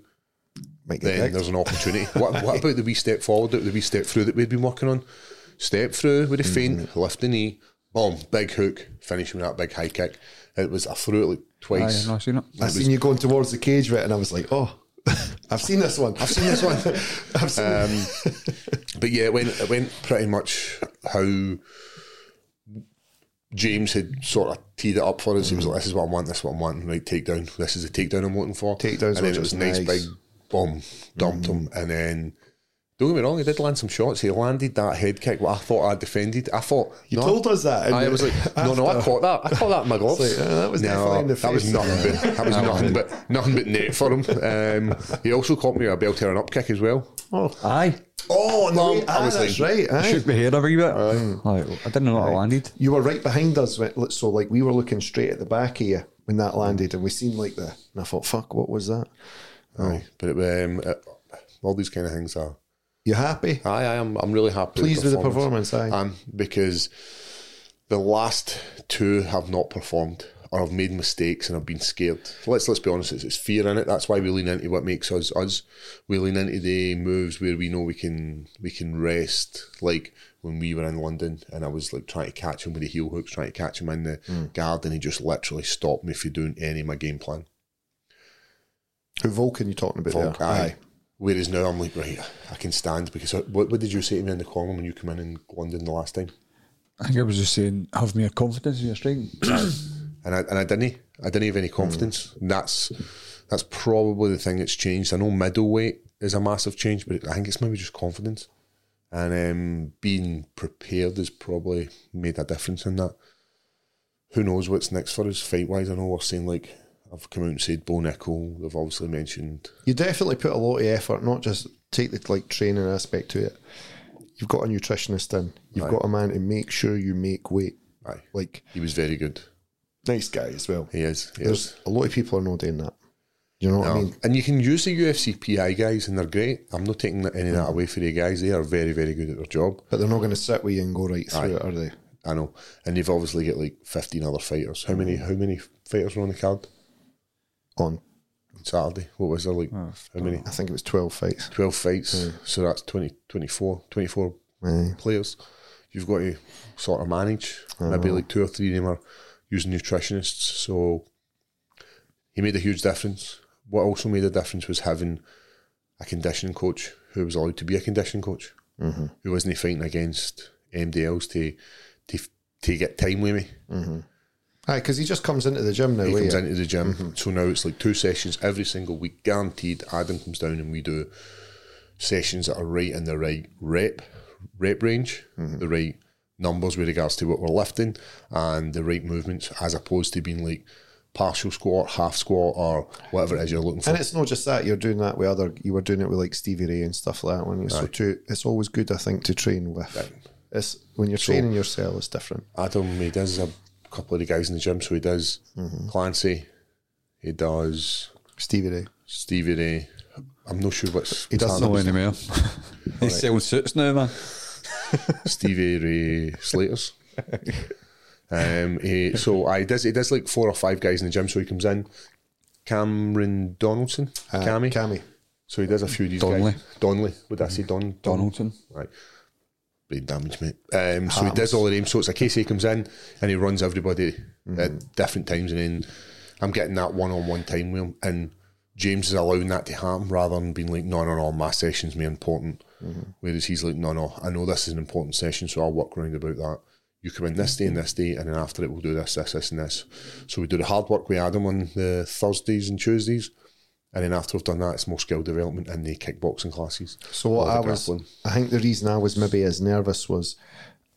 S3: Might get
S2: then
S3: kicked.
S2: there's an opportunity. what, what about the wee step forward, the wee step through that we've been working on? Step through with a feint, lift the knee, boom, big hook, finish him with that big high kick. It was, I threw it like
S4: Aye,
S2: twice.
S4: no, I seen it.
S3: I seen you going towards the cage with it, and I was like, oh, I've seen this one. I've seen this one. I've seen it.
S2: but yeah, it went it went pretty much how James had sort of teed it up for us. He was like, "This is what I want. This is what I'm wanting. Right, takedown. This is the takedown I'm looking for." and
S3: Takedowns
S2: then
S3: were
S2: it was
S3: just
S2: nice,
S3: nice.
S2: big bomb, dumped him, and then. Don't get me wrong, he did land some shots. He landed that head kick, what I thought I defended. I thought
S3: You
S2: no,
S3: told us that.
S2: I was like, no, no, I
S3: after.
S2: caught that. I caught that in my gloves.
S3: It's like, uh, that was definitely in the
S2: That was
S3: face.
S2: nothing but that was nothing but nothing but net for him. Um, he also caught me with a belt hair and up kick as well.
S4: Aye.
S2: Oh no!
S3: Ah,
S2: I was
S3: that's
S2: like,
S3: right. aye.
S4: Shook my head a wee bit. Like, I didn't know what I landed.
S3: You were right behind us, when- so like we were looking straight at the back of you when that landed, and we seen like the. And I thought, fuck, what was that? Oh.
S2: Aye, but it, um, it, all these kind of things are.
S3: You happy?
S2: Aye, I am. I'm really happy.
S3: Pleased with the performance, aye.
S2: Um, because the last two have not performed, or have made mistakes, and have been scared. Let's let's be honest. It's, it's fear in it. That's why we lean into what makes us us. We lean into the moves where we know we can we can rest. Like when we were in London, and I was like trying to catch him with the heel hooks, trying to catch him in the
S3: Mm.
S2: guard, and he just literally stopped me from doing any of my game plan.
S3: Who Vulcan you talking about?
S2: Volk,
S3: there?
S2: aye. Whereas now I'm like, right, I can stand because I, what, what did you say to me in the column when you came in in London the last time?
S4: I think I was just saying, have me a confidence in your strength.
S2: And I and I didn't, I didn't have any confidence. And that's that's probably the thing that's changed. I know middleweight is a massive change, but I think it's maybe just confidence and um, being prepared has probably made a difference in that. Who knows what's next for us fight wise? I know we're saying like I've come out and said Bo Nickel. They've obviously mentioned
S3: You definitely put a lot of effort, not just take the like training aspect to it. You've got a nutritionist in. You've got a man to make sure you make weight.
S2: Aye.
S3: Like
S2: he was very good.
S3: nice guy as well.
S2: He is. He is.
S3: There's a lot of people are not doing that. You know what I
S2: No.
S3: mean?
S2: and you can use the UFC PI guys, and they're great. I'm not taking any of that away from the guys. They are very, very good at their job.
S3: But they're not going to sit with you and go right through it, are they?
S2: I know, and they've obviously got like 15 other fighters. How many? How many fighters were on the card
S3: On,
S2: on Saturday? What was there like? how many?
S3: I think it was 12 fights.
S2: 12 fights. So that's 20, 24, 24
S3: Aye.
S2: players. You've got to sort of manage. Maybe like two or three of them are using nutritionists. So he made a huge difference. What also made a difference was having a conditioning coach who was allowed to be a conditioning coach, mm-hmm. who wasn't fighting against MDLs to to, to get time with me.
S3: Aye, because he just comes into the gym now.
S2: He
S3: eh?
S2: comes into the gym. So now it's like two sessions every single week, guaranteed. Adam comes down and we do sessions that are right in the right rep rep range,
S3: Mm-hmm.
S2: the right numbers with regards to what we're lifting and the right movements, as opposed to being like partial squat, half squat, or whatever it is you're looking for.
S3: And it's not just that you're doing that with other. You were doing it with like Stevie Ray and stuff like that. When you so to, it's always good, I think, to train with. It's when you're training yourself, it's different.
S2: Adam, he does a couple of the guys in the gym. So he does
S3: Mm-hmm.
S2: Clancy, he does
S3: Stevie Ray,
S2: Stevie Ray. I'm not sure what's
S3: he does
S4: Not anymore. He's selling suits now, man.
S2: Stevie Ray Slaters. um, he, so I does he does like four or five guys in the gym. So he comes in, Cameron Donaldson,
S3: uh,
S2: Cammy.
S3: Cammy.
S2: so he does a few of these
S4: Donnelly.
S2: guys. Donnelly, would I say Don, Don
S4: Donaldson.
S2: Right. Brain damage, mate. Um, so he does all the names. So it's a case he comes in and he runs everybody
S3: Mm-hmm.
S2: at different times. And then I'm getting that one on one time with him. And James is allowing that to happen rather than being like, no, no, no, my session's more important.
S3: Mm-hmm.
S2: Whereas he's like, no, no, I know this is an important session, so I'll work around about that. You come in this day and this day, and then after it, we'll do this, this, this, and this. So we do the hard work with Adam on the Thursdays and Tuesdays. And then after we've done that, it's more skill development and the kickboxing classes.
S3: So
S2: or
S3: what
S2: the
S3: I was,
S2: grappling.
S3: I think the reason I was maybe as nervous was,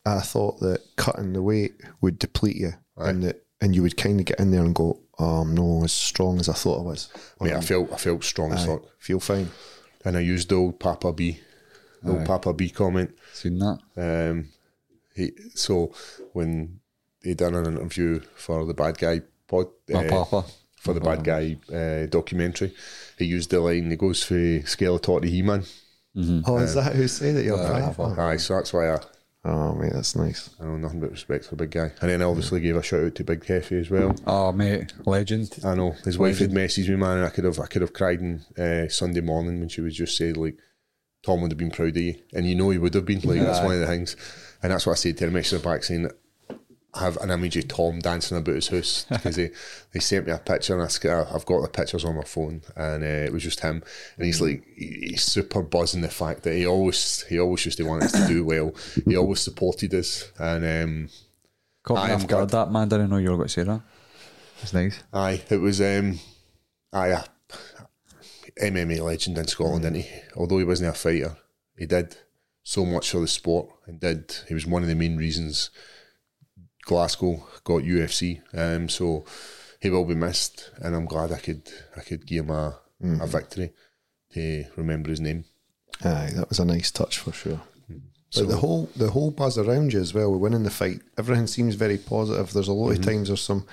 S3: I thought that cutting the weight would deplete you, and that and you would kind of get in there and go, oh, I'm not as strong as I thought I was. Or,
S2: Mate, I felt I felt strong as fuck,
S3: Feel fine.
S2: and I used the old Papa B, the old Papa B comment.
S4: Seen that?
S2: Um, he so when he done an interview for the Bad Guy pod,
S4: My
S2: eh,
S4: papa.
S2: for the Bad Guy uh, documentary, he used the line. He goes for scale of talk to He Man.
S3: Oh, is that who say that you're fat? Oh,
S2: Aye, so that's why I,
S3: oh, mate, that's nice.
S2: I know nothing but respect for the big guy. And then I obviously gave a shout out to Big Heffy as well.
S4: Oh, mate. Legend.
S2: I know his wife had messaged me, man, and I could have I could have cried in uh, Sunday morning when she was just said like, Tom would have been proud of you, and you know he would have been. Like that's one of the things, and that's what I said to her. Messaged her back saying, I have an image of Tom dancing about his house because they, they sent me a picture and I, sc- I've got the pictures on my phone and uh, it was just him and he's like he- he's super buzzing the fact that he always he always used to want us to do well he always supported us and um,
S4: Caught me
S2: I've
S4: off guard that, man. Didn't know you were going to say that. It's nice.
S2: Aye, it was um, aye, a MMA legend in Scotland, didn't he? Although he wasn't a fighter, he did so much for the sport and did. He was one of the main reasons Glasgow got UFC. Um, so he will be missed, and I'm glad I could I could give him a, a victory to remember his name.
S3: Aye, that was a nice touch for sure.
S2: Mm.
S3: But the whole the whole buzz around you as well. We're winning the fight. Everything seems very positive. There's a lot
S2: Mm-hmm.
S3: of times there's some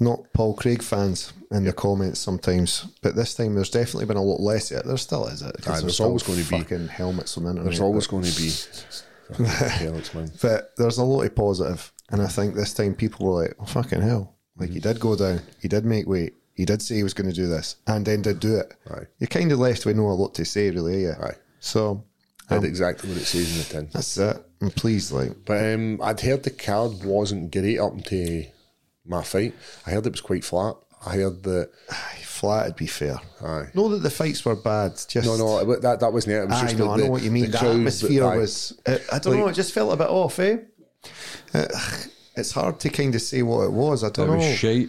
S3: not Paul Craig fans in the comments sometimes, but this time there's definitely been a lot less. Yet there still is it. 'cause
S2: Aye, there's always
S3: still
S2: gonna be-
S3: fucking helmets on the internet.
S2: There's always going to be. Fucking Alex, man.
S3: but there's a lot of positive, and I think this time people were like, "Oh fucking hell!" Like
S2: Mm-hmm.
S3: he did go down. He did make weight. He did say he was going to do this, and then did do it.
S2: Aye.
S3: You're kind of left with no a lot to say, really. Yeah.
S2: Aye.
S3: So
S2: Did exactly what it says in the tin.
S3: That's it. I'm pleased, like.
S2: But um, I'd heard the card wasn't great up until my fight. I heard it was quite flat. I heard that.
S3: Aye, flat, would be fair.
S2: Aye.
S3: Not that the fights were bad, just.
S2: No, no, it wa- that that wasn't it. it was
S3: Aye,
S2: just
S3: no,
S2: like
S3: I
S2: the,
S3: know what you mean.
S2: The
S3: The,
S2: crowd,
S3: atmosphere
S2: aye.
S3: was. I I don't know, it just felt a bit off, eh? Uh, it's hard to kind of say what it was. I
S4: It
S3: don't know.
S4: was shite.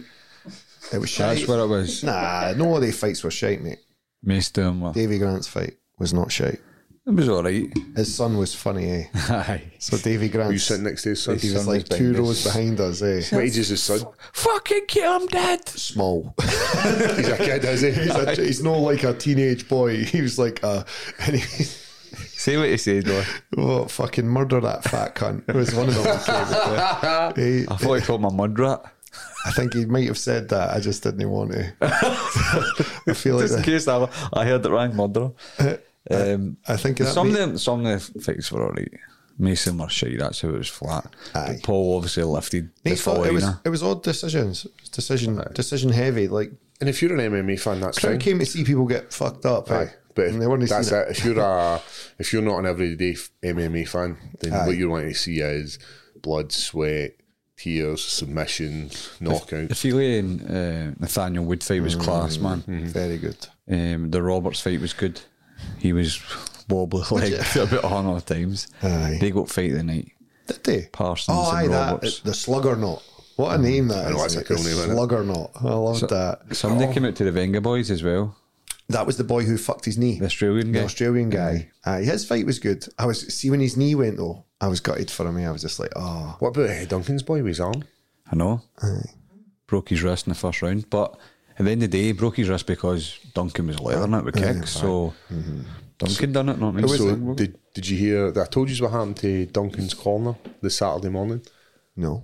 S3: It was shite.
S4: That's what it was.
S3: Nah, no, the fights were shite, mate.
S4: Messed him. It
S3: Davy Grant's fight was not shite.
S4: was all right.
S3: His son was funny, eh?
S4: Aye.
S3: So Davy
S2: You
S3: Grant's
S2: sitting next to his son.
S4: He
S3: is
S4: was
S3: like two rows behind us, eh?
S2: What age is his son?
S4: Fucking kill him dead.
S3: Small.
S2: He's a kid, is he?
S3: he's, a, he's not like a teenage boy. He was like a. And he,
S4: See what he said, boy.
S3: Oh, fucking murder that fat cunt. It was one of them. he,
S4: I thought he called my mud rat.
S3: I think he might have said that. I just didn't want to. I feel like
S4: Just in
S3: that,
S4: case I, I heard that Ryan murderer. Um,
S3: I think that
S4: some
S3: may-
S4: of them, some of the fights were alright. Mason were shitty. That's how it was flat.
S3: Aye.
S4: But Paul obviously lifted the
S3: Nate thought it was
S4: Follina.
S3: it was odd decisions. It's decision decision heavy. Like
S2: And if you're an MMA fan, that's
S3: crowd
S2: fine.
S3: came to see people get fucked up. eh?
S2: Aye, but
S3: and they wouldn't
S2: if,
S3: have
S2: that's
S3: seen it.
S2: it. If you're a, if you're not an everyday f- MMA fan, then what you're wanting to see is blood, sweat, tears, submissions,
S4: The
S2: knockouts.
S4: Feely and uh, Nathaniel Wood fight was class, man.
S3: Very good.
S4: Um, the Roberts fight was good. He was wobbly legged about a hundred times.
S3: Aye.
S4: They got fight of the night.
S3: Did they?
S4: Parsons
S3: oh,
S4: and
S3: aye, that
S4: Roberts.
S3: the slugger knot. What a name
S2: Mm.
S3: that is!
S2: know, that's a cool
S3: The
S2: name, isn't it?
S3: Slugger knot. I love that.
S4: Somebody came out to the Venga boys as well.
S3: That was the boy who fucked his knee.
S4: The Australian
S3: the
S4: guy.
S3: Australian guy. Aye, his fight was good. I was see when his knee went though. I was gutted for him. I was just like, oh,
S2: What about uh, Duncan's boy with his arm?
S4: I know. Broke his wrist in the first round, but at the end of the day, he broke his wrist because Duncan was leathering it with kicks. So
S3: Mm-hmm.
S4: Duncan done it, not me.
S2: So did, did you hear? that I told you what happened to Duncan's corner this Saturday morning.
S3: no.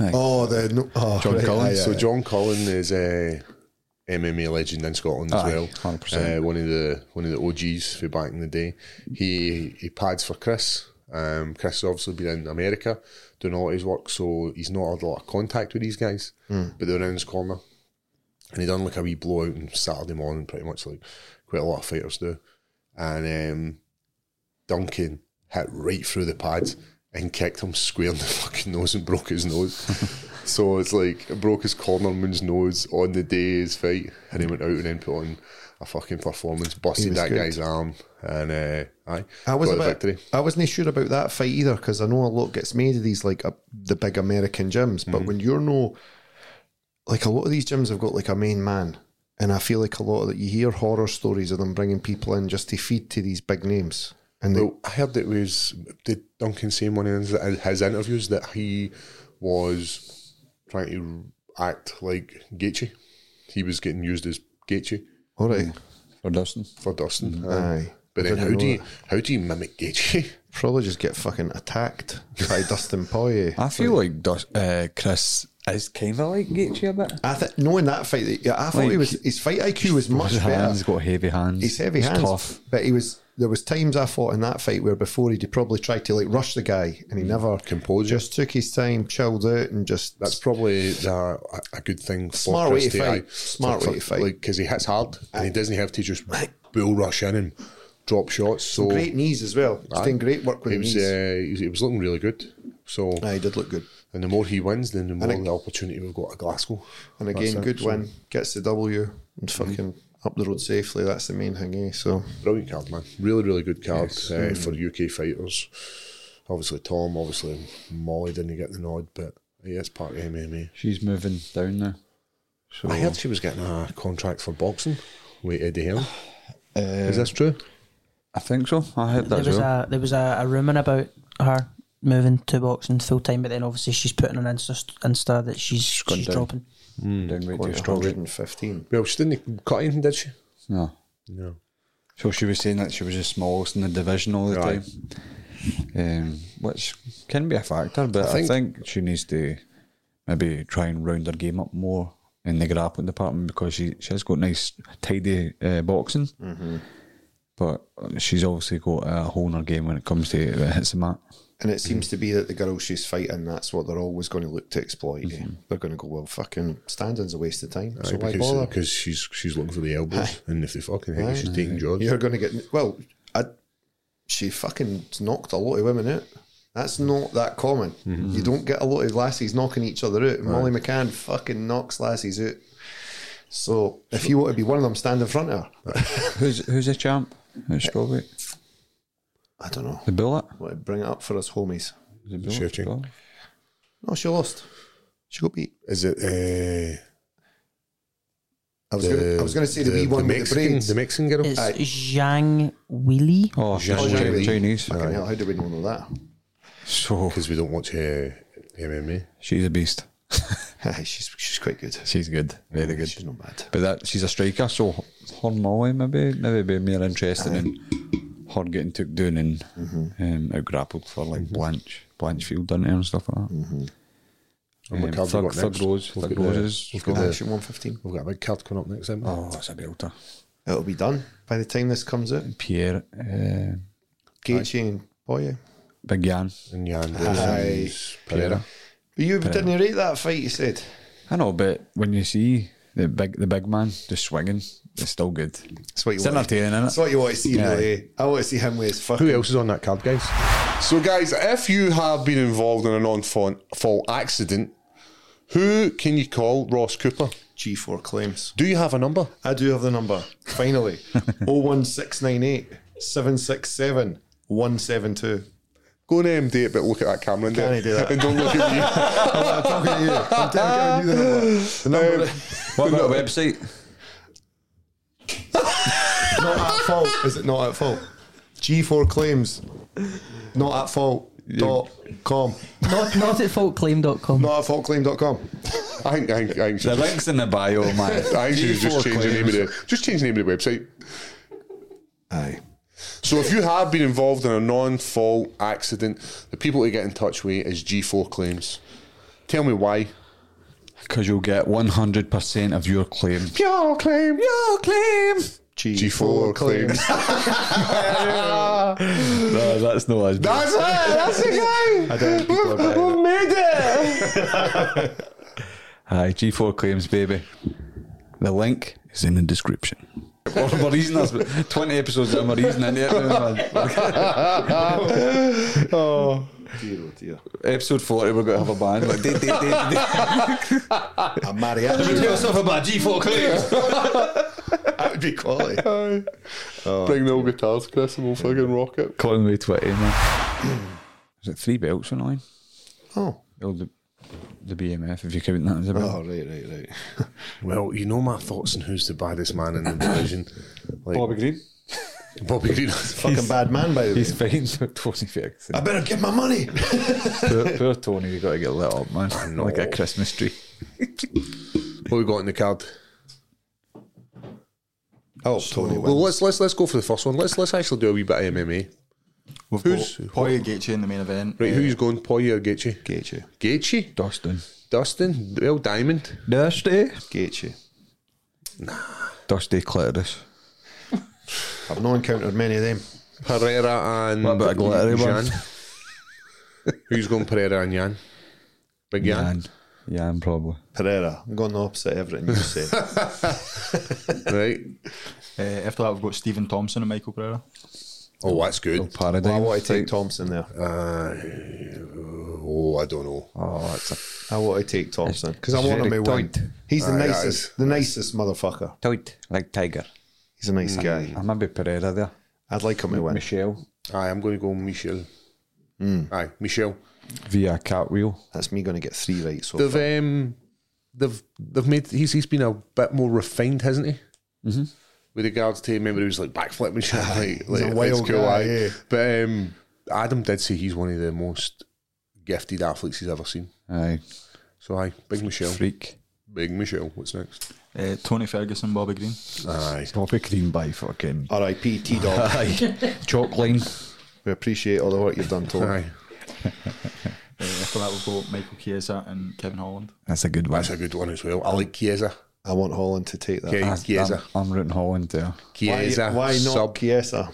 S4: Aye.
S3: Oh, the no, oh,
S2: John
S3: right,
S2: Cullen.
S3: aye,
S2: so
S3: aye.
S2: John Cullen is a MMA legend in Scotland as
S4: Aye,
S2: well.
S4: 100%.
S2: Uh, one of the one of the OGs for back in the day. He he pads for Chris. Um, Chris has obviously been in America doing a lot of his work, so he's not had a lot of contact with these guys.
S4: Hmm.
S2: But they're in his corner, and he done like a wee blowout on Saturday morning, pretty much like quite a lot of fighters do. And um, Duncan hit right through the pads and kicked him square in the fucking nose and broke his nose. so it's like it broke his cornerman's nose on the day of his fight, and he went out and then put on a fucking performance, busted
S3: was
S2: that
S3: good.
S2: guy's arm, and uh, aye,
S3: I was
S2: got
S3: about,
S2: the victory.
S3: I wasn't sure about that fight either because I know a lot gets made of these like uh, the big American gyms, but when you're no, like a lot of these gyms have got like a main man, and I feel like a lot of that you hear horror stories of them bringing people in just to feed to these big names, and they,
S2: Well, I heard it was did Duncan say in one of his, his interviews that he was trying to act like Gaethje. He was getting used as Gaethje
S3: all right,
S4: for Dustin.
S2: for
S3: Mm-hmm.
S2: Dustin.
S3: aye,
S2: But
S3: I
S2: then
S3: didn't
S2: how
S3: know
S2: do you
S3: that.
S2: how do you mimic Gaethje?
S3: probably just get fucking attacked by Dustin Poirier.
S4: I feel like Dus uh, Chris is kind of like Gaethje a bit.
S3: I think knowing that fight, that- yeah, I thought he
S4: Like,
S3: was his fight IQ was much
S4: His
S3: better.
S4: hands got heavy hands.
S3: He's heavy
S4: He's
S3: hands,
S4: Tough.
S3: but he was. There was times I fought in that fight where before he'd probably tried to like rush the guy, and he never
S2: Composure.
S3: Just took his time, chilled out, and just
S2: That's probably the, a good thing. For
S3: Smart way to
S2: Christie,
S3: fight.
S2: aye.
S3: Smart
S2: For-
S3: way to
S2: for-
S3: fight.
S2: Like because he hits hard and he doesn't have to just bull rush in and drop shots. So
S3: great knees as well. He's doing great work with
S2: he
S3: the
S2: was
S3: knees.
S2: uh, he was- he was looking really good. So
S3: Aye, he did look good,
S2: and the more he wins, then the more
S3: it-
S2: the opportunity we've got at Glasgow.
S3: and
S2: That's
S3: again,
S2: it.
S3: good
S2: So,
S3: win, gets the W, and fucking up the road safely. That's the main thing, eh? So
S2: Brilliant card, man. Really, really good card
S3: Mm.
S2: uh, for UK fighters. Obviously, Tom. Obviously, Molly didn't get the nod, but he is part of MMA.
S4: She's moving down now. So
S2: I heard she was getting a contract for boxing with Eddie Hearn.
S4: Uh,
S2: Is this true?
S4: I think so. I heard that
S6: There
S4: as
S6: was
S4: well.
S6: a there was a, a rumor about her moving to boxing full time, but then obviously she's putting on Insta, Insta that she's
S4: gone
S6: she's
S4: down.
S6: dropping.
S3: Hmm,
S4: down weight to
S3: hundred
S4: strawweight.
S3: and fifteen.
S2: Well, she didn't cut anything, did she?
S4: No.
S2: No.
S4: So she was saying that she was the smallest in the division all the
S2: Right.
S4: time, um, which can be a factor. But I think,
S2: think-
S4: she needs to maybe try and round her game up more in the grappling department because she, she has got nice tidy uh, boxing. But she's obviously got a hole in her game when it comes to uh, hits the mat.
S3: And it
S2: Mm-hmm.
S3: seems to be that the girls she's fighting, that's what they're always going to look to exploit. eh? They're going to go, well, fucking standing's a waste of time. so
S2: Mm-hmm.
S3: why
S2: because,
S3: bother?
S2: because she's she's looking for the elbows, and if they fucking hit you, she's taking jaws.
S3: You're going to get well. I, she fucking knocked a lot of women out. That's not that common.
S2: Mm-hmm.
S3: You don't get a lot of lassies knocking each other out. Molly McCann fucking knocks lassies out. So if you want to be one of them, stand in front of her.
S4: who's who's the champ? At strawweight?
S3: I don't know.
S4: The bullet?
S3: Want to bring it up for us, homies?
S4: Is it bullet?
S2: Shevchenko.
S4: Bullet?
S3: No, she lost. She got beat.
S2: Is it uh,
S3: I was
S2: the-
S3: gonna, I was going to say the, wee
S2: the
S3: one with the
S2: Mexican
S3: braids.
S2: the Mexican girl?
S6: It's Zhang Weili.
S4: Oh, she's
S2: Zhang
S4: Chi-
S3: Weili.
S4: Chinese.
S3: Fucking hell, how do we know that?
S4: So
S2: Because we don't watch uh, MMA.
S4: she's a beast.
S3: Aye, she's she's quite good.
S4: She's good. Very good.
S3: She's not bad.
S4: But that she's a striker, so her Molly maybe maybe be more interested in her getting took down and
S2: Mm-hmm.
S4: um, out grappled for like Blanche Blanchfield done it and stuff like that.
S2: Mm-hmm. And what
S4: Um,
S2: card have
S4: third-
S2: we got
S4: third
S2: next?
S4: rose-
S2: We've
S4: third
S2: got the-
S4: roses.
S2: We've got,
S3: Got
S2: the-
S3: action 115.
S2: we've got a big card coming up next, haven't we?
S4: Oh, that's a belter.
S3: It'll be done by the time this comes out.
S4: Pierre, uh,
S3: Gaethje and Poirier.
S4: Big Jan.
S2: And Jan
S3: Aye.
S2: versus Pereira.
S3: But you didn't rate that fight, you said.
S4: I know, but when you see the big the big man just swinging, it's still good.
S3: That's what you
S4: It's
S3: want.
S4: entertaining, isn't it?
S3: That's what you want to see,
S4: Yeah.
S3: really. eh? I want to see him with his fucking.
S2: Who else is on that card, guys? So, guys, if you have been involved in a non-fall accident, who can you call? Ross Cooper.
S3: G4 claims.
S2: Do you have a number?
S3: I do have the number. Finally. 01698 767 172.
S2: Go and MD it, but look at that camera and, do
S3: Can
S2: it.
S3: he do that?
S2: and don't look at me.
S3: I'm talking to you. I'm telling you, I knew the number. The number
S4: What about a website?
S3: not at fault. Is it not at fault? G4 claims. Not at fault. Dot com.
S6: Not, not at faultclaim.com.
S3: Not at faultclaim.com.
S2: I think, I think, I think,
S4: The link's in the bio, man.
S2: I think you should just
S4: G4
S2: change the name of the just change the name of the website.
S3: Aye.
S2: So if you have been involved in a non-fall accident, the people to get in touch with is G4 Claims. Tell me why.
S4: Because you'll get 100% of your claim.
S2: Your claim, your claim. G4
S3: G4,
S2: claims.
S4: No, that's not as bad.
S2: That's it. That's the guy.
S3: don't think people are buying
S2: We've made it.
S4: Aye, G4 claims, baby. The link is in the description. We're we're reasoning this, but 20 episodes in, we're reasoning it. now, man.
S3: Dear, oh dear.
S4: Episode 40, we're going to have a band. Like, dee, dee, dee, dee.
S3: A mariachi.
S4: Tell yourself about G4 claims.
S3: that would be quality.
S2: Bring the old guitars, Chris, and we'll fucking rock it.
S4: Conway 20, man. Is it three belts online?
S3: Oh.
S4: Oh, the, the BMF, if you count that as a belt.
S3: Oh, right, right, right.
S2: Well, you know my thoughts on who's the baddest man in the division. Like
S4: Bobby Green.
S2: Bobby Green.
S3: Fucking bad man, by the way.
S4: He's fine, but Tony Ferguson.
S3: I better get my money.
S4: poor, poor Tony, you got to get lit up, man. Like a Christmas tree.
S2: what we got in the card?
S3: Oh, Tony
S2: Well,
S3: wins.
S2: let's let's let's go for the first one. Let's let's actually do a wee bit of MMA.
S5: We've
S2: Who's-
S5: got Poirier Gaethje in the main event.
S2: Right, who's going? Poirier or Gaethje?
S3: Gaethje.
S2: Gaethje,
S4: Dustin.
S2: Dustin, Well Diamond.
S4: Dusty.
S3: Gaethje.
S4: Dusty clitoris.
S3: I've not encountered many of them.
S2: Pereira and
S4: What about a glittery
S2: Jan.
S4: one?
S2: Who's going Pereira and Jan? Big Jan.
S4: Yan, probably.
S3: Pereira. I'm going the opposite of everything you said.
S2: Right.
S5: Uh, after that, we've got Stephen Thompson and Michael Pereira.
S2: Oh, that's
S4: Oh,
S2: good.
S4: paradigm.
S3: well, I want to take Thompson there.
S2: Uh, oh, I don't know.
S4: Oh, that's a
S3: I want to take Thompson because I
S4: He's
S3: want him to
S4: very
S3: win.
S4: tight.
S3: He's the
S2: Aye,
S3: nicest, the nicest motherfucker. Mm.
S4: tight, like Tiger.
S3: He's a nice guy.
S4: I might be Pereira there.
S3: I'd like him to win.
S4: Michelle.
S2: Aye, I'm going to go Michel.
S3: Hmm.
S2: Aye, Michel.
S4: Via cartwheel.
S3: That's me going to get three right. So far.
S2: They've um, they've they've made he's he's been a bit more refined, hasn't he? Mm-hmm. With regards to remember he was like backflipping shit, like, like
S3: a
S2: it's
S3: wild
S2: cool,
S3: guy,
S2: aye.
S3: yeah.
S2: But um, Adam did say he's one of the most gifted athletes he's ever seen.
S4: Aye.
S2: So aye, big Michelle,
S4: Freak.
S2: big Michelle. What's next?
S5: Uh, Tony Ferguson, Bobby Green.
S2: Aye,
S4: Poppy cream by fucking.
S3: R.I.P. T Dog.
S4: Aye. Chalk line.
S3: we appreciate all the work you've done, Tony.
S2: aye,
S5: Uh, after that, we've got Michael Chiesa and Kevin Holland.
S4: That's a good one.
S2: that's a good one as well. I like Chiesa.
S3: I want Holland to take that.
S2: Okay,
S4: I'm,
S2: Chiesa.
S4: I'm rooting Holland there
S3: Why,
S2: Chiesa.
S3: why not E
S2: Sub.
S3: Chiesa?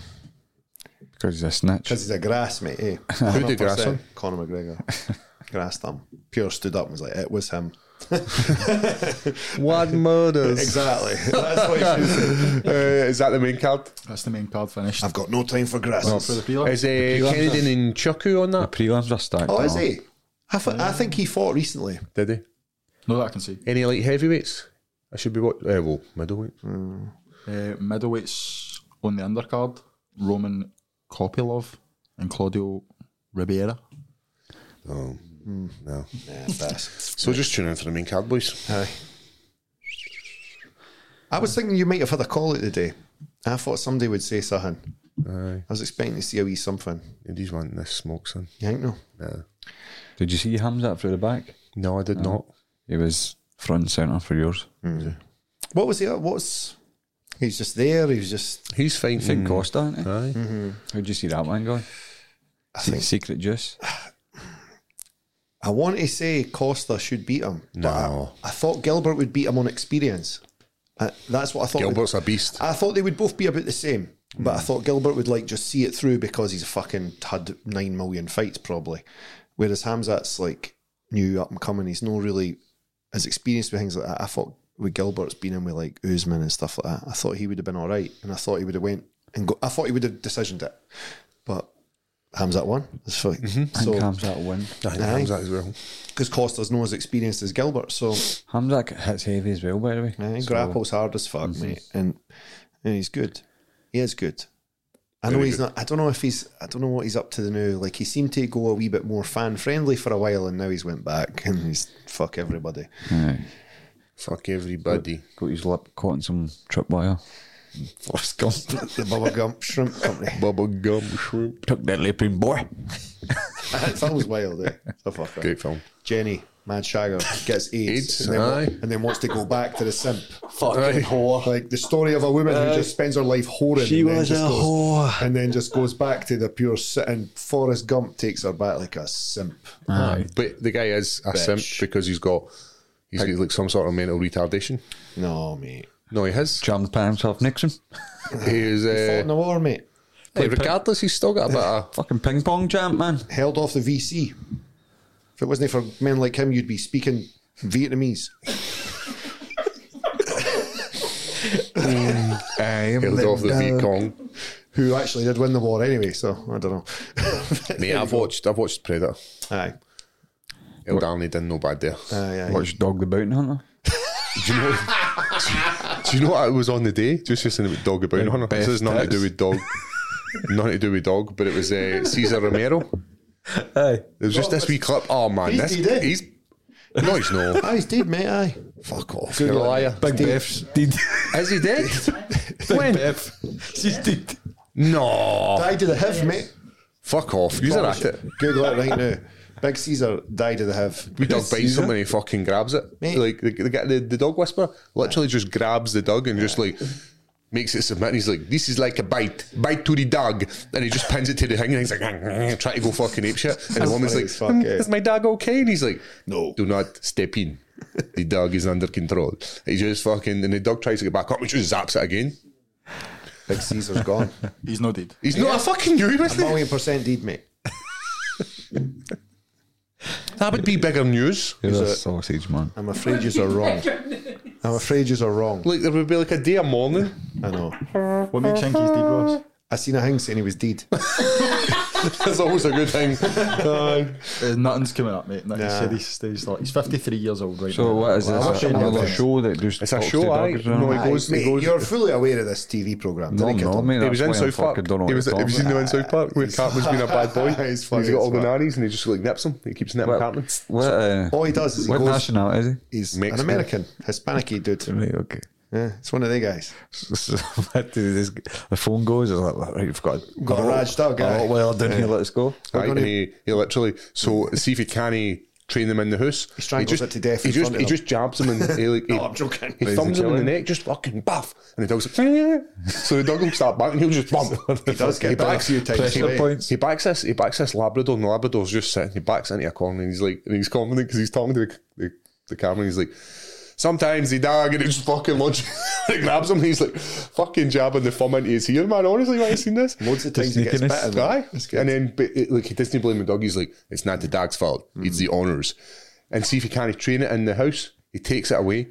S4: because he's a snitch.
S3: Because he's a grass mate. Eh?
S2: Who did grass
S3: 100%
S2: on?
S3: Conor McGregor. grass them. Pure stood up and was like, "It was him."
S2: What murders?
S3: Exactly. That's what he should have said.
S2: uh, is that the main card?
S5: That's the main card finished.
S3: I've got no time for grasses.
S5: For the prelim.
S2: Is uh, Kennedy and Chuku on
S4: The
S2: that?
S4: prelims are stacked.
S3: Oh, is
S4: up.
S3: he? I, th- I think he fought recently.
S2: Did he?
S5: No, that I can see.
S2: Any light heavyweights? I should be what? Uh, well, middleweight.
S5: Uh, middleweights on the undercard, Roman Kopilov and Claudio Ribeira.
S2: Oh, no.
S3: Yeah, that's.
S2: So just tune in for the main card, boys.
S3: Aye. I was thinking you might have had a call out today. I thought somebody would say something.
S2: Aye,
S3: I was expecting to see a wee something.
S2: Indy's wanting this smoke, son.
S3: You think no?
S2: No,
S4: Did you see Hamza through the back?
S2: no, I did not.
S4: He was front and centre for yours.
S3: What was he? What was? He was just there. He was just.
S2: He's fighting.
S4: Finn Costa, isn't he?
S2: Mm. Aye.
S4: How'd you see that one going?
S3: I
S4: Se-
S3: think
S4: Secret Juice.
S3: I want to say Costa should beat him. but
S2: No.
S3: I, I thought Gilbert would beat him on experience. I, that's what I thought.
S2: Gilbert's a beast.
S3: I thought they would both be about the same, but I thought Gilbert would like just see it through because he's fucking had nine million fights probably, whereas Hamzat's like new up and coming. He's not really as experienced with things like that. I thought with Gilbert's been in with like Usman and stuff like that. I thought he would have been all right, and I thought he would have went and go. I thought he would have decisioned it, but Hamzat won. That's right.
S2: Mm-hmm.
S4: So,
S3: So
S4: Hamzat will win.
S2: I think Hamzat as well.
S3: because Costa's not as experienced as Gilbert, so
S4: Hamzat hits heavy as well, by the way.
S3: Yeah, he
S4: So,
S3: grapples hard as fuck, mate, and, and he's good. He is good. I know he's not. I don't know if he's. I don't know what he's up to the now. Like he seemed to go a wee bit more fan friendly for a while, and now he's went back and he's fuck everybody.
S4: aye.
S2: Fuck everybody.
S4: Got his lip caught in some tripwire.
S2: Forrest Gump.
S3: the Bubba Gump Shrimp Company.
S2: Bubba Gum Shrimp.
S4: Took that lip in, boy.
S3: that film's wild. Eh? So fuck it.
S2: Great film.
S3: Jenny, Mad Shagger gets AIDS,
S2: AIDS,
S3: and, then, wa-
S2: aye.
S3: and then wants to go back to the simp. Fucking whore. Like the story of a woman who just spends her life whoring. She was a whore. And then just goes back to the pure sit. And Forrest Gump takes her back like a simp.
S2: But the guy is a simp because he's got he's got like some sort of mental retardation.
S3: No, mate.
S2: No, he has.
S4: Charmed by himself, Nixon.
S2: He is.
S3: Fought in
S2: Uh,
S3: the war, mate.
S2: hey, regardless, he's still got a bit of.
S4: Fucking ping pong champ, man.
S3: Held off the VC. If it wasn't for men like him, you'd be speaking Vietnamese.
S2: Mm. Held off the Viet Cong.
S3: Who actually did win the war anyway, so I don't know.
S2: Mate, I've watched. I've watched Predator.
S3: Aye.
S2: El Darnley did no bad there.
S3: Aye, aye.
S4: Watch Dog the Bounty Hunter.
S2: Do you know? do you know what it was on the day? Just listening about Dog about Hunter. This has nothing to do with dog. nothing to do with dog, but it was uh, Cesar Romero.
S4: Aye.
S2: It was just this wee clip. Oh man,
S3: He's
S2: this,
S3: dead, eh?
S2: he's no, he's no.
S3: Aye, he's dead, mate. Aye. Fuck off.
S2: You're a liar.
S4: Big Beth's deed.
S2: Is he dead?
S4: When? She's deed.
S2: No.
S3: Died of the HIV, mate.
S2: Fuck off. You're at it.
S3: Google it right now. Big Caesar died of the HIV.
S2: We dog bites someone and he fucking grabs it.
S3: Mate.
S2: Like the, the, guy- the, the dog whisperer literally just grabs the dog and just like makes it submit. And he's like, "This is like a bite, bite to the dog," and he just pins it to the thing and he's like, trying to go fucking ape shit. And the woman's
S3: funny
S2: like,
S3: as fuck,
S2: "Um,
S3: eh?"
S2: "Is my dog okay?" And he's like,
S3: No.
S2: do not step in. The dog is under control." He just fucking and the dog tries to get back up, which just zaps it again.
S3: Big Caesar's gone.
S5: He's not dead.
S2: He's not. I fucking knew he was there.
S3: Million percent deed, mate.
S2: That would be bigger news.
S4: You're a sausage, man.
S3: I'm afraid yous are wrong. I'm afraid yous are wrong.
S2: Like there would be like a day of mourning.
S3: I know.
S5: What makes you think he's dead, Ross?
S3: I seen a thing saying he was deed.
S2: That's always a good thing.
S5: Uh, nothing's coming up, mate. Nothing. He
S3: Nah.
S5: said he's, he's, like, he's 53 years old right
S4: So
S5: now.
S4: what is
S5: Well, I'm
S4: this?
S5: not
S4: Another
S5: saying
S4: show that just
S2: It's a
S4: talks to
S2: show, aye.
S4: dogs
S2: No,
S4: around?
S2: he goes, he
S3: Mate,
S2: goes.
S3: you're fully aware of this TV programme.
S4: No,
S3: didn't you,
S4: no,
S3: Tom?
S4: mate.
S2: He
S4: that's
S2: was in
S4: why I
S2: South Park.
S4: fucking don't know
S2: He
S4: what
S2: was.
S4: you're
S2: Have you
S4: talking
S2: seen the
S4: about.
S2: one in South Park where Cartman's been a bad boy?
S3: He's
S2: He's,
S3: funny
S2: got
S3: as
S2: all the
S3: fuck.
S2: nannies and he just like nips them. He keeps nipping
S4: Well,
S2: Cartman.
S4: What,
S2: Oh,
S4: uh,
S3: All he does is he
S4: what
S3: goes,
S4: nationality is he?
S3: he's
S2: Mexican.
S3: an American, Hispanic dude.
S4: Right, okay.
S3: Yeah, it's one of the guys.
S4: So what do this, the phone goes, it's like, right, we've got, uh,
S3: Got a Raj dog, aye.
S4: Oh, well, down here, let's go.
S2: Right, and he, he literally so see if he can train them in the house. He
S3: strangles
S2: just,
S3: it to death
S2: He
S3: in
S2: just
S3: front
S2: he
S3: of
S2: just jabs them and he like he,
S3: I'm joking.
S2: he thumbs him in the neck, just fucking buff, and the dog's like so the dog will start back and he'll just bump. he
S3: does get better a few times,
S2: He,
S3: doesn't he?
S2: backs- he backs this he backs this Labrador and the Labrador's just sitting. He backs into a corner and he's like and he's confident because he's talking to the, the, the camera. and He's like. Sometimes the dog and it just fucking lunch it grabs him and he's like fucking jabbing the thumb into his ear, man. Honestly, have I seen this?
S3: Loads of times he gets
S4: sneakiness.
S3: better.
S2: Aye. And then, but it, like, he doesn't blame the dog. He's like, it's not the dog's fault. It's the owner's. And see if he can't train it in the house. He takes it away.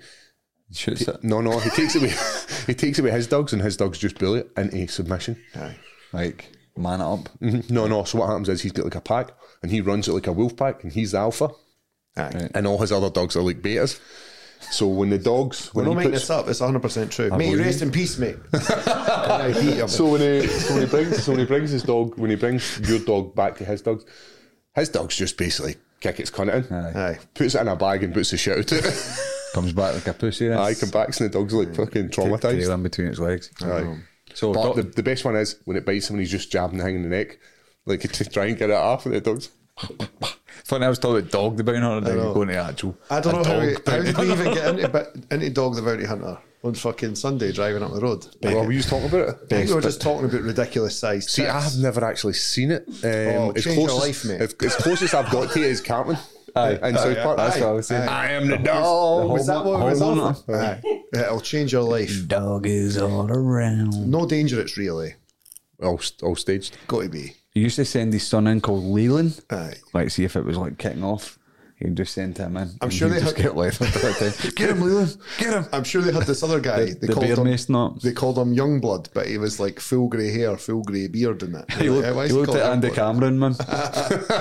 S4: Shoots it.
S2: No, no, he takes it away. he takes away his dogs, and his dogs just bully it into submission.
S4: Like, man it up.
S2: No, no. So what happens is he's got like a pack, and he runs it like a wolf pack, and he's the alpha,
S3: Aye.
S2: and all his other dogs are like betas. So when the dogs,
S3: We're
S2: when
S3: not
S2: he
S3: making
S2: puts-
S3: this up. It's 100% true. Mate,
S2: believe
S3: rest in peace, mate. I beat him.
S2: So when he so when he brings so when he brings his dog when he brings your dog back to his dogs, his dogs just basically kick its cunt in,
S3: Aye.
S2: puts it in a bag and puts the shit out of it.
S4: uh, Comes back like a pussy. then.
S2: Aye, come back and the dog's like fucking
S4: Tail
S2: traumatized.
S4: in between its legs.
S2: Aye.
S4: So,
S2: But
S4: dog,
S2: the, the best one is when it bites someone, he's just jabbing the thing in the neck, like to try and get it off, and the dog's.
S4: funny, I was talking about dog the bounty hunter, then you go into actual.
S3: I don't
S4: a
S3: know how,
S4: dog
S3: we, how
S4: bounty
S3: did we
S4: hunter.
S3: even get into, bit- into Dog the Bounty Hunter on fucking Sunday driving up the road.
S2: Well, we just talking about it.
S3: I think we were just talking about ridiculous size.
S2: See, I have never actually seen it. Um,
S3: Oh,
S2: as
S3: change your
S2: close as-
S3: life, mate.
S2: As, as close as I've got to it is Cartman.
S4: Aye.
S2: And so
S4: Aye,
S2: part,
S4: that's what I was saying.
S2: I am the dog.
S3: Was Oh, that what it was
S4: Homeowner.
S3: off? Aye. It'll change your life.
S4: Dog is all around.
S3: No danger, it's really.
S2: All, st- all staged.
S3: Got to be.
S4: He used to send his son in called Leland.
S3: Aye.
S4: Like, see if it was like kicking off. He'd just send him in.
S3: I'm sure they
S4: just
S3: had-
S4: get Leland. at that time. get him, Leland. Get him.
S3: I'm sure they had this other guy. They
S4: the
S3: called
S4: beard
S3: him.
S4: nest nut.
S3: They called him Youngblood, but he was like full grey hair, full grey beard, and that. Like,
S4: He looked,
S3: "Why is
S4: he looked
S3: called
S4: at Andy
S3: Youngblood?"
S4: Cameron, man.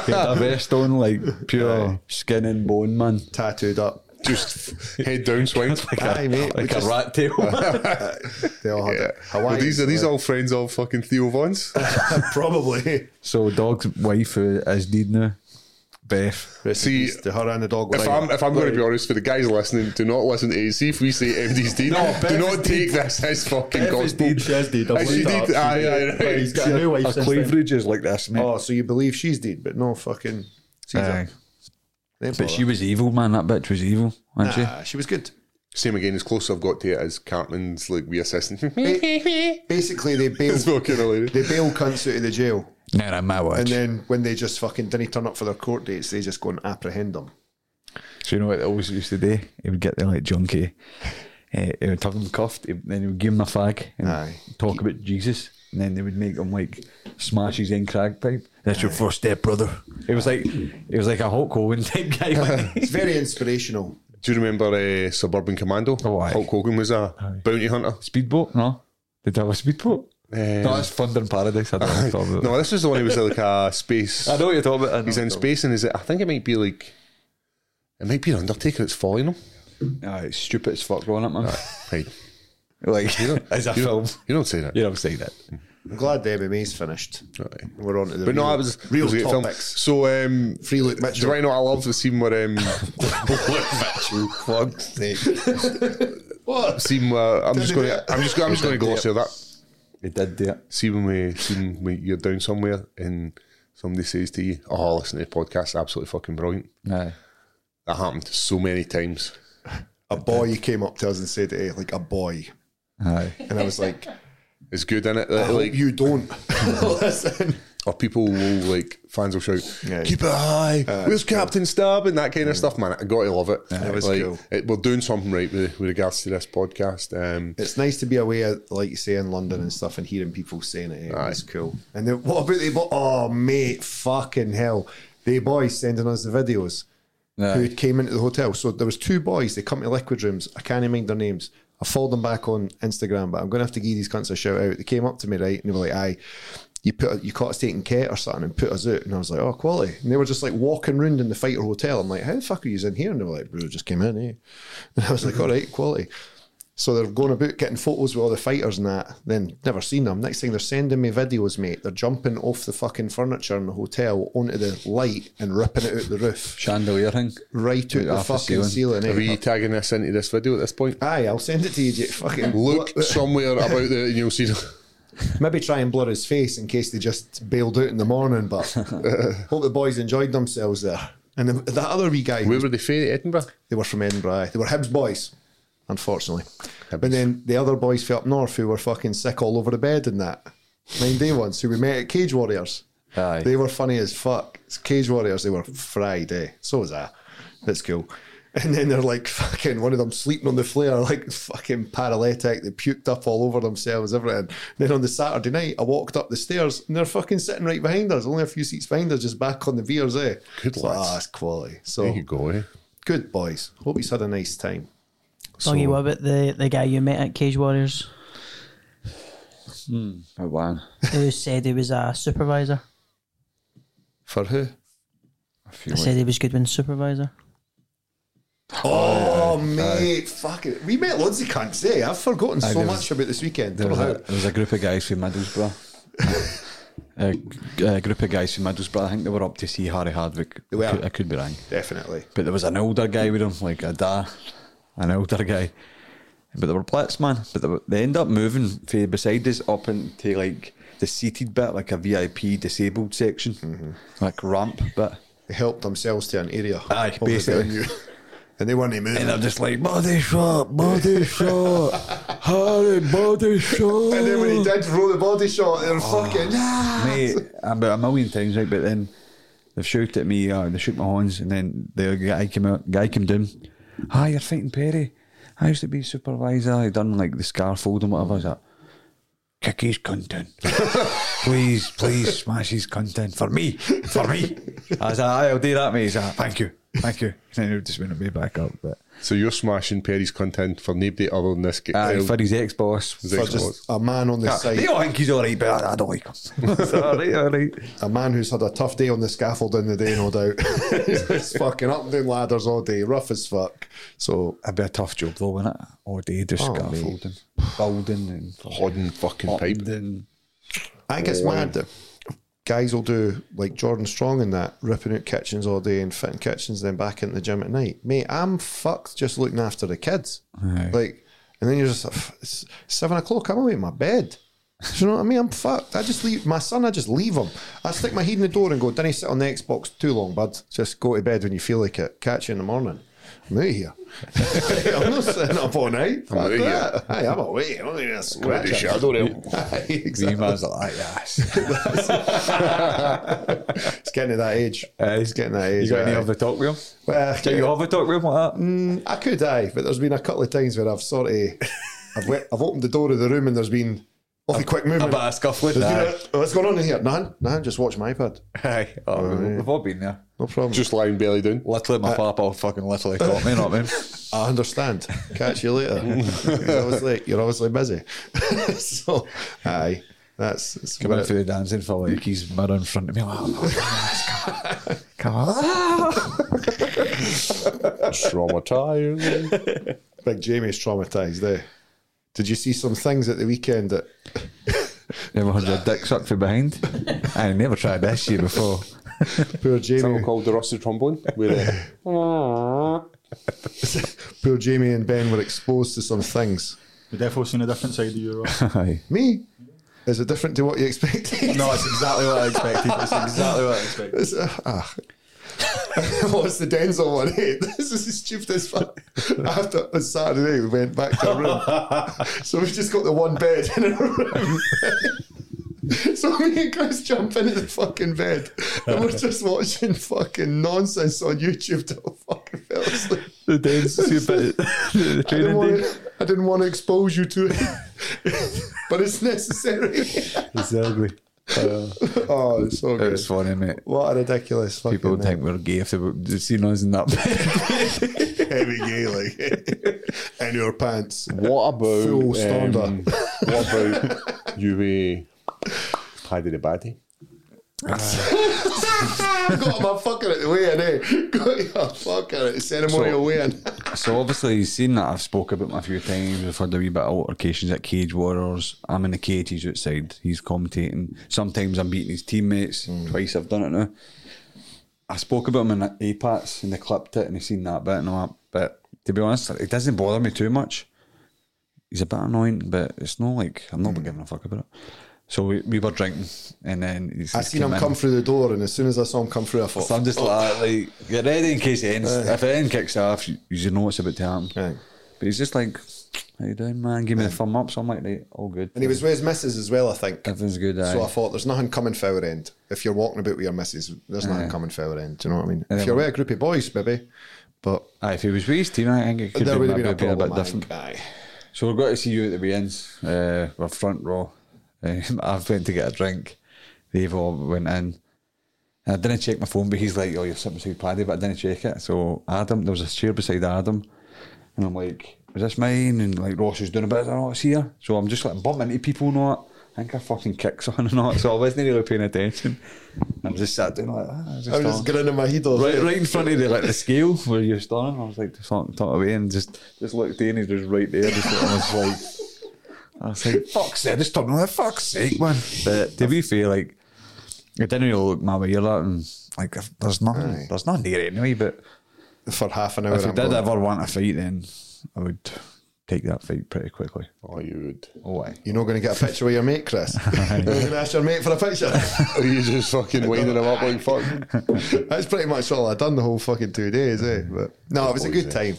S4: he had a vest on, like pure skin and bone, man.
S3: tattooed up.
S2: Just head down, swings.
S3: Aye, mate. we
S4: Like
S3: just-
S4: a rat tail.
S3: They all had
S2: Yeah.
S3: it.
S2: Well,
S3: Hawaiian,
S2: these are these
S3: like,
S2: all friends of fucking Theo Vaughn's.
S3: probably.
S4: so, dog's wife, who is dead now, Beth.
S2: See,
S3: See, to her and the dog. were
S2: If
S3: like-
S2: I'm if I'm going to be honest for the guys listening, do not listen to it. See if we say MD's deed.
S5: No, Beth
S2: do
S5: is
S2: not take this as fucking gospel.
S5: She has deed.
S2: Aye, she did. Aye, aye, aye.
S5: He's got a new wife
S4: Her
S5: since then.
S4: cleavage is like this, mate.
S3: oh, so you believe she's dead, but no fucking.
S4: Aye.
S3: Caesar. They
S4: But
S3: bother.
S4: she was evil, man. That bitch was evil, wasn't she?
S3: Nah, she was good.
S2: Same again. As close I've got to it as Cartman's like we assistant.
S3: Basically, they bailed.
S2: it's fucking hilarious.
S3: They bail cunts out of the jail,
S4: No, no, my watch.
S3: and then when they just fucking didn't turn up for their court dates, they just go and apprehend them.
S4: so you know what they always used to do? He would get there like junkie. Uh, he would have them cuffed, he- then he would give them a fag and
S3: Aye.
S4: talk about Jesus. And then they would make him like smash his end crag pipe. That's your first step, brother. It was like it was like a Hulk Hogan type guy. wasn't he?
S3: It's very inspirational.
S2: Do you remember uh, Suburban Commando?
S4: Oh, aye.
S2: Hulk Hogan was a bounty hunter.
S4: speedboat? No, did they have a speedboat?
S2: Eh.
S4: no, it's Thunder in Paradise. I don't know what I'm talking about.
S2: No, this was the one who was like a space.
S4: I know what you're talking about. I know
S2: He's in
S4: what you're
S2: space, and is it? I think it might be like. It might be an Undertaker that's following him.
S4: talking about. Aye, it's stupid as fuck, wasn't it, man?
S2: Right.
S4: Like, as a
S2: You
S4: film.
S2: don't, you don't say that.
S4: You know, I'm saying that.
S3: I'm glad the MMA's finished.
S2: Aye.
S3: We're on to the
S2: But
S3: real,
S2: no, it was it
S3: real
S2: was a great film.
S3: topics.
S2: So um,
S3: Free Luke Mitchell.
S2: Do I know I love the scene where um,
S3: What?
S2: scene where I'm just going to I'm just I'm just going to gloss over that.
S4: They did do it.
S2: See when we see when you're down somewhere and somebody says to you, "Oh, listen to the podcast, absolutely fucking brilliant."
S4: Aye.
S2: That happened so many times.
S3: A boy came up to us and said, "Hey, like a boy,"
S4: Aye.
S3: and I was like,
S2: It's good in it.
S3: "I
S2: Like,
S3: hope you don't listen."
S2: or people will like fans will shout,
S3: Yeah.
S2: "Keep it high." Where's Captain Stab and that kind of stuff, man? I got to love it.
S3: That was
S2: like,
S3: cool.
S2: it- we're doing something right with, with regards to this podcast. Um,
S3: It's nice to be away, like you say, in London and stuff, and hearing people saying it. eh, It's cool. And then what about the boy? Oh, mate, fucking hell! The boys sending us the videos who came into the hotel. So there was two boys. They come to Liquid Rooms. I can't even mind their names. I followed them back on Instagram, but I'm going to have to give these cunts a shout out. They came up to me right, and they were like, "Aye." You put you caught us taking cat or something and put us out, and I was like, "Oh, quality." And they were just like walking round in the fighter hotel. I'm like, "How the fuck are you in here?" And they were like, "Bro, just came in." Eh? And I was like, "All right, quality." So they're going about getting photos with all the fighters and that. Then never seen them. Next thing they're sending me videos, mate. They're jumping off the fucking furniture in the hotel onto the light and ripping it out the roof,
S4: Chandelier thing.
S3: right out the
S4: off the
S3: fucking ceiling.
S2: are we
S3: eh?
S2: tagging this into this video at this point?
S3: Aye, I'll send it to you. Jake. Fucking
S2: Look somewhere about the and you'll see.
S3: Maybe try and blur his face in case they just bailed out in the morning. But uh, hope the boys enjoyed themselves there. And the, that other wee guy,
S2: Where were they from? Edinburgh.
S3: They were from Edinburgh. aye. They were Hibs boys, unfortunately. But then the other boys from up north who were fucking sick all over the bed and that. Nine day ones who we met at Cage Warriors.
S4: Aye.
S3: They were funny as fuck. It's Cage Warriors, they were fried, eh? So was I. That's cool. And then they're like fucking one of them sleeping on the flare, like fucking paralytic. They puked up all over themselves, everything. Then on the Saturday night, I walked up the stairs and they're fucking sitting right behind us, only a few seats behind us, just back on the beers, eh?
S2: Good
S3: so,
S2: lads.
S3: ah, that's quality. So
S2: There you go. Eh?
S3: Good boys. Hope he's had a nice time.
S6: Doggy, what about the, the guy you met at Cage Warriors
S4: Oh, wow.
S6: who said he was a supervisor?
S3: For who?
S4: I
S6: I
S4: feel like
S6: said he was Goodwin's supervisor.
S3: Oh, mate. Fuck it. We met loads of cunts, eh? I've forgotten so
S4: there was-
S3: much about this weekend.
S4: there,
S3: Don't
S4: was
S3: know
S4: a,
S3: how.
S4: there was a group of guys from Middlesbrough. a, g- a group of guys from Middlesbrough. I think they were up to see Harry Hardwick.
S3: They were.
S4: I could, I could be wrong.
S3: Definitely.
S4: But there was an older guy with him, like a da, an older guy. But they were blitz, man. But they, were, they end up moving from beside us up into like the seated bit, like a VIP disabled section,
S3: Mm-hmm.
S4: like ramp bit.
S3: They helped themselves to an area.
S4: Aye,
S3: of the
S4: basically.
S3: venue. and they weren't even moving.
S4: And I'm just like, body shot, body shot, Harry, body shot.
S3: And then when he did throw the body shot, they were fucking. Ah!
S4: Mate, about a million times, right? But then They've shouted at me, uh, they shook my horns, and then the guy came out, guy came down. Hi, you're fighting Perry. I used to be supervisor. I done like the scaffold and whatever. I was like, kick his content. please, please smash his content for me, for me. I was like, "Aye, I'll do that, mate. He's like, thank you, thank you. And then he just went me back up. But
S2: So you're smashing Perry's content for nobody other than this guy.
S4: Aye, for his ex boss.
S2: His
S3: For
S2: ex-boss.
S3: just a man on the
S4: They
S3: side,
S4: all think he's alright, but I, I don't like him. It's alright, alright.
S3: a man who's had a tough day on the scaffold in the day, no doubt. He's fucking up and down ladders all day, rough as fuck. So
S4: It'd be a tough job though, wouldn't it? All day just scaffolding, building, and
S2: Hodden
S3: Oh,
S2: fucking pipe.
S4: Building.
S3: I think it's
S2: Um,
S3: mad that guys will do like Jordan Strong and that, ripping out kitchens all day and fitting kitchens, then back into the gym at night. Mate, I'm fucked just looking after the kids. Like, and then you're just like, "Pff, it's seven o'clock. I'm away in my bed. Do you know what I mean? I'm fucked. I just leave my son. I just leave him. I stick my head in the door and go. Didn't he sit on the Xbox too long, bud? Just go to bed when you feel like it. Catch you in the morning. I'm out of here. I'm not sitting up all night. I'm
S2: outta here.
S3: Hey, I'm away. I'm in a
S2: Go to
S3: scratch.
S2: the shadow realm.
S3: Aye,
S4: The
S3: exactly.
S4: man's like, yes.
S3: It's getting to that age. it's getting that age.
S4: Uh, You got any
S3: aye.
S4: other talk with him?
S3: Well, Mm,
S4: Do you have a talk with him like that?
S3: I could, aye, but there's been a couple of times where I've sort of, I've, went, I've opened the door of the room and there's been awfully quick movement.
S4: bit of scuffling.
S3: There's been a- Oh, what's going on in here? None, none. Just watch my iPad.
S4: Aye. Uh, Oh, we've, we've all been there.
S3: No problem.
S2: Just lying belly down.
S4: Literally, my papa fucking literally caught me, not me.
S3: I understand. Catch you later. you're obviously, you're obviously busy. so, aye, that's, that's
S4: Come
S3: where
S4: out
S3: it-
S4: for the dancing for like he's mirror in front of me. Like, oh, come on, come on.
S2: Traumatized.
S3: Big Jamie's traumatized. Eh? Did you see some things at the weekend that
S4: Never had your dick sucked from behind. I never tried this year before.
S3: poor Jamie?
S2: Something called the rusty trombone. With a,
S3: Poor Jamie and Ben were exposed to some things.
S5: We've definitely seen a different side of Euro.
S4: Aye.
S3: Me? Is it different to what you expected?
S5: no, it's exactly what I expected. It's exactly what I expected.
S3: It's, uh, ah. What's the Denzel one? Hey, this is the stupidest fuck. After on Saturday, we went back to our room. so we've just got the one bed in our room. so me and Chris jump into the fucking bed and we're just watching fucking nonsense on YouTube till I fucking fell asleep.
S4: The dance, the
S3: I didn't, want to, I didn't want to expose you to it, but it's necessary.
S4: Exactly.
S3: oh, it's so
S4: It
S3: good.
S4: was funny, mate.
S3: What a ridiculous fucking
S4: People would think we we're gay if they were they'd seen us in that bed.
S3: heavy gay like and your pants.
S2: what about.
S3: Full
S2: um,
S3: standard.
S2: what about you? Uh, paddy the baddie.
S3: Got my fucking at the weigh-in, eh? Got your fucking at the ceremonial
S4: So-
S3: weigh-in.
S4: so obviously you've seen that I've spoke about him a few times. We've had a wee bit of altercations at Cage Warriors. I'm in the cage, he's outside, he's commentating. Sometimes I'm beating his teammates.
S3: Hmm.
S4: Twice I've done it now. I spoke about him in the APATS and they clipped it and he seen that bit and all that. But to be honest, it doesn't bother me too much. He's a bit annoying, but it's not like I'm
S3: Hmm.
S4: not giving a fuck about it. So we, we were drinking and then he's
S3: I
S4: he's
S3: seen
S4: came
S3: him
S4: in.
S3: come through the door, and as soon as I saw him come through, I thought, "Oh."
S4: So I'm just like, like, get ready in case it ends. if it end kicks off, you, you know it's about to happen.
S3: Aye.
S4: But he's just like, how you doing, man? Give me the thumb up. So I'm like, right, all good.
S3: and he was with his missus as well, I think.
S4: Everything's good.
S3: So I
S4: aye.
S3: thought, there's nothing coming for our end. If you're walking about with your missus, there's nothing coming for our end. Do you know what I mean? If you're with a group of boys, maybe, but
S4: Aye, if he was with his team, I think it could
S3: there
S4: be,
S3: would have been a
S4: maybe be a
S3: problem.
S4: bit
S3: I
S4: different.
S3: think. Aye.
S4: So we're going to see you at the weekends. Uh, we're front row. Um, I've went to get a drink. They've all went in. And I didn't check my phone, but he's like, "Oh, you're sitting beside Paddy," but I didn't check it. So Adam, there was a chair beside Adam, and I'm like, "Is this mine?" And like Ross is doing a bit. I know it's here. So I'm just like bumping into people, and all that. I think I fucking kicks on and all that, so I wasn't really paying attention. I'm just sat down like that. Just
S3: I'm
S4: on.
S3: just grinning my head off.
S4: Right, right in front of the like the scale where you're standing. I was like, just thought, thought away and just just looked in. He was right there. Just I was like, I was like, fuck's sake, just turn on that. Fuck's sake, man. But to be fair, like it didn't really look my way. You're like, mm, like if there's nothing, there's nothing there anyway. But
S3: for half an hour.
S4: if you
S3: I'm
S4: did
S3: going,
S4: ever want a fight, then I would take that fight pretty quickly.
S2: Oh, you would.
S4: Oh, aye.
S3: You're not going to get a picture with your mate, Chris. You're going to ask your mate for a picture.
S2: Are you just fucking winding him up like fuck?
S3: That's pretty much all I'd done the whole fucking two days, eh? But no, it was a good time.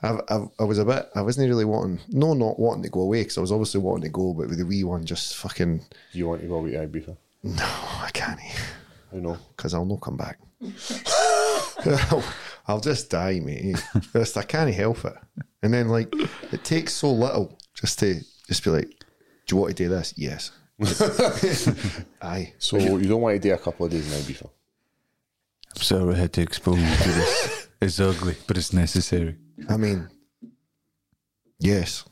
S3: I've, I've, I was a bit, I wasn't really wanting, no, not wanting to go away because I was obviously wanting to go, but with the wee one, just fucking,
S2: You want to go with Ibiza?
S3: no, I can't
S2: I know.
S3: because I'll not come back. I'll just die, mate. Just, I can't help it. And then, like, it takes so little just to just be like, do you want to do this? Yes. Aye.
S2: So you don't want to do a couple of days now before.
S4: I'm sorry I had to expose you to this. It's ugly, but it's necessary.
S3: I mean, yes.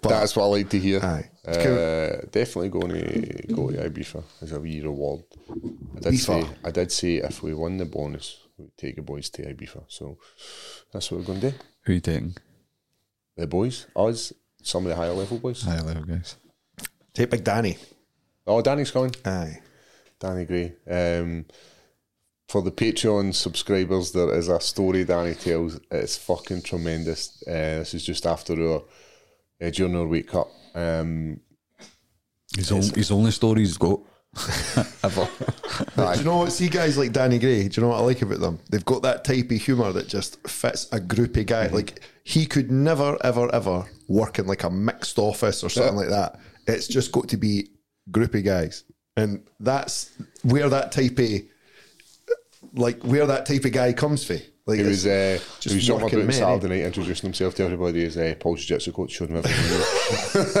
S2: That's what I like to hear.
S3: Aye. It's cool.
S2: Uh, definitely going to go to Ibiza as a wee reward. I did
S3: Ibiza.
S2: say I did say if we won the bonus, we'd take the boys to Ibiza. So that's what we're going to do.
S4: Who are you taking?
S2: The boys, us, some of the higher level boys.
S4: High level guys.
S3: Take Big Danny.
S2: Oh, Danny's coming.
S3: Aye.
S2: Danny Gray. Um, for the Patreon subscribers, there is a story Danny tells. It's fucking tremendous. Uh, this is just after our uh, during our wake up. Um,
S4: His, on, his only story he's got. Ever.
S3: But do you know what? See guys like Danny Gray. Do you know what I like about them? They've got that type of humour that just fits a groupy guy.
S2: Mm-hmm.
S3: Like he could never, ever, ever work in like a mixed office or something like that. It's just got to be groupy guys, and that's where that type of like where that type of guy comes from. Like
S2: he was uh,
S3: just
S2: he was jumping
S3: working
S2: about on
S3: men, eh?
S2: Saturday night, introducing himself to everybody as uh, Paul Jiu Jitsu coach, showed him everything.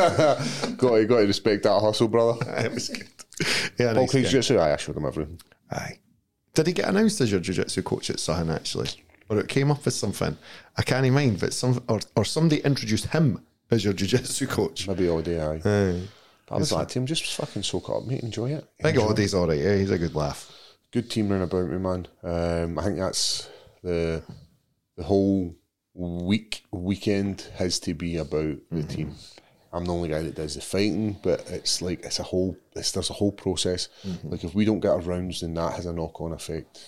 S2: got to, got to respect that hustle, brother.
S3: it was good. Yeah,
S2: Paul
S3: Uh, nice
S2: Craig
S3: guy.
S2: Jiu Jitsu, aye, I showed him everything.
S3: Aye. Did he get announced as your jiu-jitsu coach at Sahan actually? Or it came up as something. I can't mind, but some or, or somebody introduced him as your jiu-jitsu coach.
S2: Maybe all day, aye.
S3: Uh,
S2: But I was like to him, just fucking soak it up, mate. Enjoy it.
S3: I think Audie's all right. Yeah, he's a good laugh.
S2: good team round about me, man. Um, I think that's the the whole week weekend has to be about the team. I'm the only guy that does the fighting, but it's like it's a whole it's there's a whole process. Like if we don't get our rounds, then that has a knock on effect.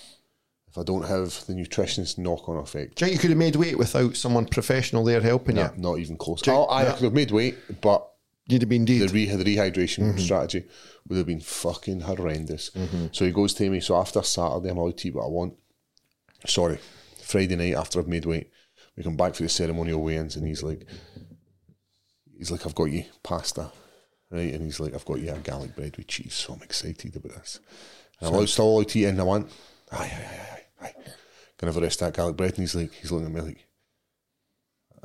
S2: If I don't have the nutritionist knock on effect,
S3: Do you think you could have made weight without someone professional there helping
S2: no,
S3: you?
S2: not even close. Oh, I could have made weight, but
S3: You'd have been
S2: the,
S3: dead.
S2: re- the rehydration strategy would have been fucking horrendous. So he goes to me. So after Saturday, I'm allowed to eat what I want. Sorry, Friday night after I've made weight, we come back for the ceremonial weigh-ins, and he's like, he's like, I've got you pasta, right? And he's like, I've got you a garlic bread with cheese. So I'm excited about this. And I'm allowed, still allowed to eat anything I want. Aye, aye, aye, aye, aye. Can I have a rest of that garlic bread? And he's like, he's looking at me like.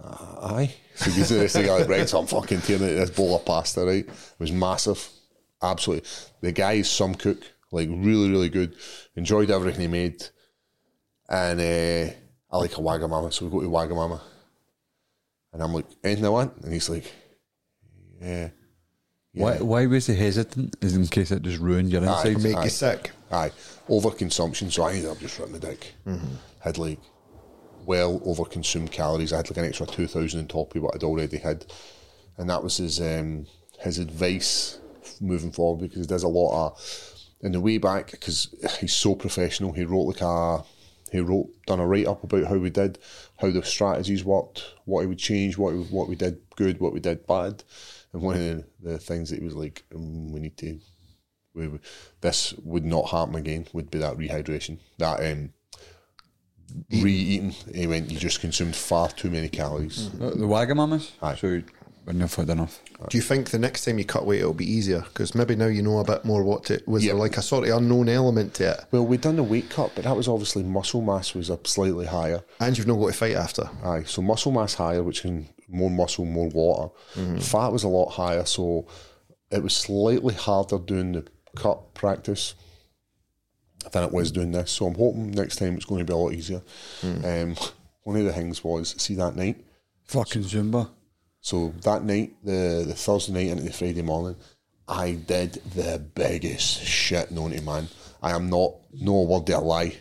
S2: Aye. So he gives me the rest of the garlic bread, so I'm fucking tearing into this bowl of pasta, right? It was massive. Absolutely. The guy is some cook, like really, really good. Enjoyed everything he made. And uh, I like a Wagamama, so we go to Wagamama. And I'm like, anything I want? And he's like, yeah.
S4: Why, why was he hesitant? Is in case it just ruined your
S2: Aye.
S4: insides? Uh,
S3: Make you sick.
S2: Aye, overconsumption. So I ended up just ripping the dick. Had like well overconsumed calories. I had like an extra two thousand on top of what I'd already had, and that was his um, his advice moving forward because there's a lot of in the way back because he's so professional. He wrote like a he wrote done a write up about how we did, how the strategies worked, what he would change, what what we did good, what we did bad, and one of the, the things that he was like, mm, we need to we, we- this would not happen again would be that rehydration that um re-eating he went you just consumed far too many calories
S4: The, the Wagamamas?
S2: Aye.
S4: So wouldn't have had enough.
S3: Do you think the next time you cut weight it'll be easier? Because maybe now you know a bit more what it was.
S2: Yeah.
S3: There like a sort of unknown element to it,
S2: well we'd done the weight cut but that was obviously muscle mass was up slightly higher
S3: and you've not got to fight after.
S2: Aye, so muscle mass higher, which can more muscle, more water. Fat was a lot higher, so it was slightly harder doing the cut practice than it was doing this. So I'm hoping next time it's going to be a lot easier. Um, one of the things was see that night.
S4: Fucking Zumba.
S2: So that night, the the Thursday night into the Friday morning, I did the biggest shit known to man. I am not no word of a lie.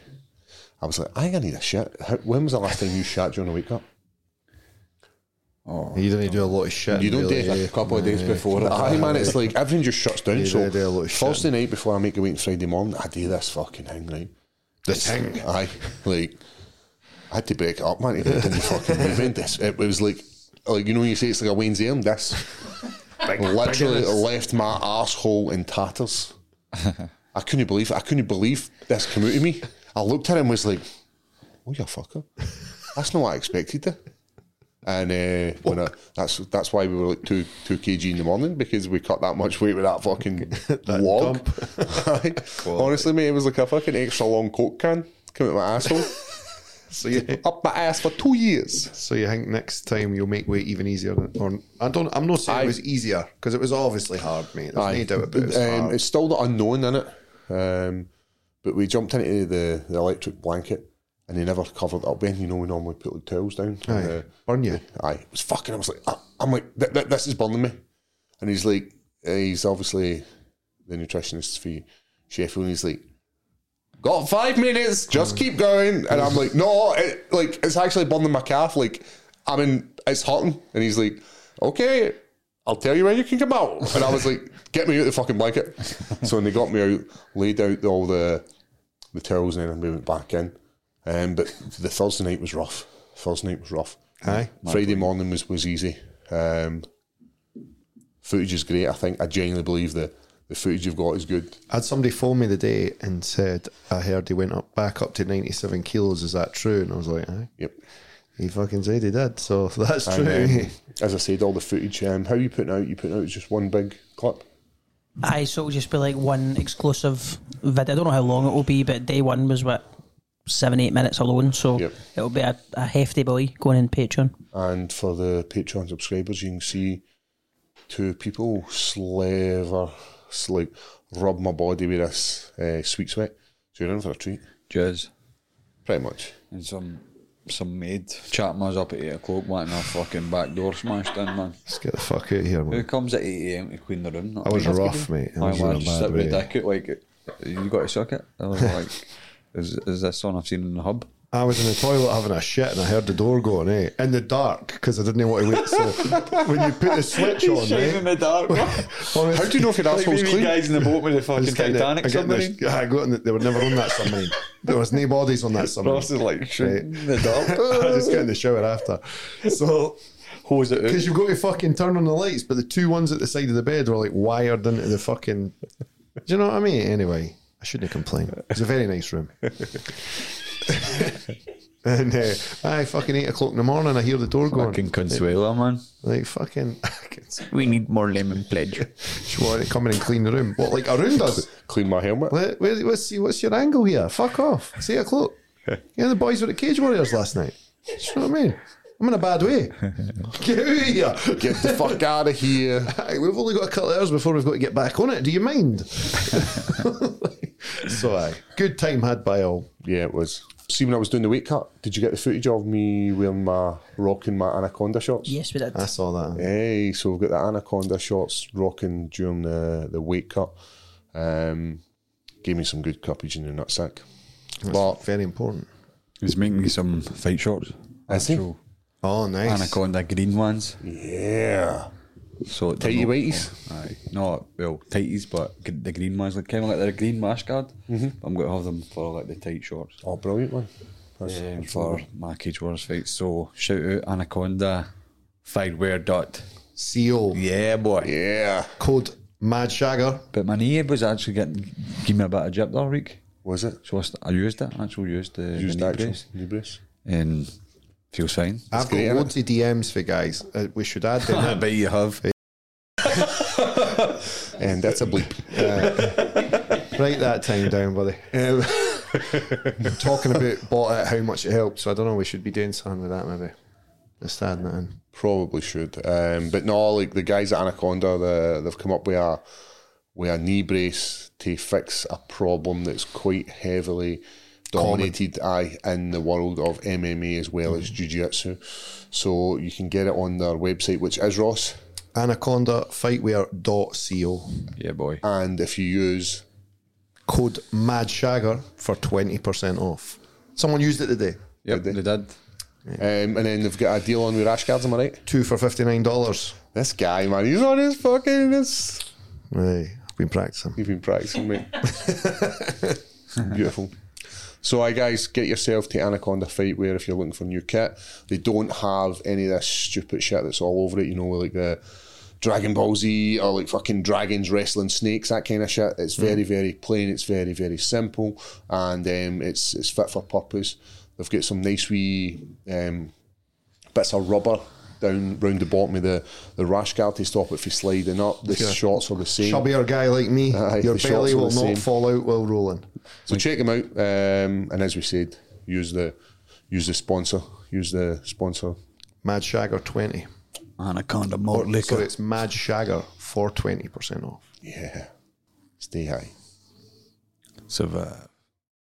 S2: I was like, I ain't gonna need a shit. How, when was the last time you shat during a wake up?
S3: You don't need to do a lot of shit.
S2: You don't
S3: really,
S2: do it
S3: eh?
S2: a couple of days before. Aye, man, it's like everything just shuts down.
S3: Yeah,
S2: so
S3: they do a lot of shit.
S2: Thursday night before I make a wait on Friday morning, I do this fucking thing, right?
S3: This thing.
S2: Aye, like I had to break it up, man. It didn't fucking event. This it was like, like you know, when you say it's like a Wayne's Arm. This literally left my asshole in tatters. I couldn't believe I couldn't believe this came out of me. I looked at him and was like, "Oh, you fucker! That's not what I expected." There. And uh, when I, that's that's why we were like two two kg in the morning because we cut that much weight with that fucking log. Honestly, mate, it was like a fucking extra long coke can coming out my asshole.
S3: So you,
S2: up my ass for two years.
S3: so you think next time you'll make weight even easier? Or I don't. I'm not saying it was easier because it was obviously hard, mate. There's no doubt about it. it was
S2: Um,
S3: hard.
S2: it's still the unknown in it. Um, but we jumped into the, the electric blanket and they never covered it up. Then you know we normally put like towels down.
S3: Aye.
S2: And, uh,
S3: Burn you.
S2: aye, it was fucking. I was like, ah, I'm like, th- th- this is burning me. And he's like, uh, he's obviously the nutritionist for Sheffield. And he's like, got five minutes, just keep going. And I'm like, no, it, like it's actually burning my calf. Like, I mean, it's hurting. And he's like, okay, I'll tell you when you can come out. And I was like, get me out the fucking blanket. So when they got me out, laid out all the the towels, and then we went back in. Um, but the Thursday night was rough. Thursday night was rough.
S3: Aye.
S2: Friday morning was was easy. Um, footage is great. I think I genuinely believe the the footage you've got is good.
S3: I had somebody phone me the day and said, I heard he went up back up to 97 kilos. Is that true? And I was like, aye.
S2: Yep.
S3: He fucking said he did. So if that's true.
S2: And, um, as I said, all the footage. Um, how are you putting out? You putting out just one big clip.
S6: I so it'll just be like one exclusive video. I don't know how long it will be, but day one was what seven eight minutes alone. So
S2: Yep.
S6: it'll be a, a hefty boy going in Patreon.
S2: And for the Patreon subscribers, you can see two people slaver, like rub my body with this uh, sweet sweat. So you're in for a treat,
S4: Jazz.
S2: pretty much.
S4: And some some maid chatting us up at 8 o'clock wanting our fucking back door smashed in, man.
S3: Let's get the fuck out of here,
S4: Who
S3: man.
S4: comes at 8am to clean the room?
S3: That was rough, mate. That
S4: I
S3: was in a
S4: was just
S3: bad
S4: sitting with
S3: way.
S4: dick out, like, you got to suck it. I was like, is, is this one I've seen in the hub?
S3: I was in the toilet having a shit and I heard the door going, eh? In the dark, because I didn't know what to wait. So when you put the switch on, eh?
S4: the dark.
S2: How do you know if your asshole's
S4: maybe
S2: clean?
S4: guys in the boat with
S3: I
S4: the
S3: was
S4: fucking
S3: getting the-
S4: Titanic
S3: I getting the-
S4: submarine.
S3: I got in the, they were never on that submarine. There was no bodies on that submarine.
S4: Ross is like, shooting
S3: Right.
S4: the dark.
S3: I just got in the shower after. So
S4: Hose it out.
S3: Because you've got to fucking turn on the lights, but the two ones at the side of the bed were like wired into the fucking. Do you know what I mean? Anyway, I shouldn't have complained. It's a very nice room. and uh, I fucking eight o'clock in the morning, I hear the door going.
S4: Fucking Consuela, man.
S3: Like fucking,
S4: We need more lemon pledge.
S3: she wanted to come in and clean the room. What like around us?
S2: Clean my helmet.
S3: Let, where, what's, what's your angle here? Fuck off. It's eight o'clock. Yeah, the boys were at Cage Warriors last night. Do you know what I mean? I'm in a bad way. Get out of here.
S2: Get the fuck out of here.
S3: Aye, we've only got a couple of hours before we've got to get back on it. Do you mind? so, aye, good time had by all.
S2: Yeah, it was. See, when I was doing the weight cut, did you get the footage of me wearing my rocking my anaconda shorts?
S6: Yes, we did.
S3: I saw that.
S2: Hey, so we've got the anaconda shorts rocking during the, the weight cut. Um, gave me some good cuppage in the nutsack. But
S3: Very important.
S4: He's making me some fight shorts.
S2: Is he?
S4: Actual
S3: Oh, nice.
S4: Anaconda green ones.
S2: yeah,
S4: So they're
S2: Tighty
S4: not-
S2: whities?
S4: Aye. No, well, tighties, but g- the green ones, like, kind of like they're a green mash guard. Mm-hmm. I'm going to have them for like the tight shorts.
S2: oh, brilliant one. That's,
S4: um, for my Cage Wars fight. So shout out Anaconda Fireware dot.
S3: CO
S4: Yeah, boy.
S2: yeah,
S3: code Mad Shagger.
S4: But my knee was actually getting giving me a bit of jip that week.
S2: was it?
S4: So I, st- I used it. Actually used the,
S2: Used
S4: the knee
S2: actual
S4: brace
S2: knee brace.
S4: and feels fine.
S3: I've got
S2: great, innit?
S3: loads of DMs for guys. Uh, we should add them.
S4: I bet you have.
S2: And that's a bleep.
S3: Write that time down, buddy. Um, talking about bought it, how much it helped. So I don't know. We should be doing something with that maybe. Just adding that in.
S2: Probably should. Um, but no, like the guys at Anaconda, the, they've come up with a with a knee brace to fix a problem that's quite heavily dominated aye, in the world of MMA as well as Jiu Jitsu. So you can get it on their website, which is Ross.
S3: Anaconda Fightwear.co.
S4: Yeah, boy.
S2: And if you use
S3: code Mad Shagger for twenty percent off. Someone used it today.
S4: Yep, they did.
S2: um, and then they've got a deal on with rash guards, am I right?
S3: Two for fifty nine dollars.
S2: This guy, man, he's on his fucking this
S3: Right, I've been practicing.
S2: You've been practicing, mate. Beautiful. So, I guys, get yourself to Anaconda Fightwear if you're looking for new kit. They don't have any of this stupid shit that's all over it, you know, like the Dragon Ball Z or like fucking dragons wrestling snakes, that kind of shit. It's very, very plain. It's very, very simple, and um, it's it's fit for purpose. They've got some nice wee um, bits of rubber down round the bottom of the, the rash guard to stop it from sliding up. The
S3: Yeah.
S2: shots are the same.
S3: Chubbier guy like me,
S2: Aye,
S3: your
S2: the shots
S3: belly
S2: are the
S3: will
S2: same.
S3: not fall out while rolling.
S2: So check them out, um, and as we said, use the use the sponsor, use the sponsor.
S3: Mad Shagger 20.
S4: Anaconda malt liquor.
S3: Sorry, it's Mad Shagger for 20% off.
S2: Yeah, stay high.
S4: Survive.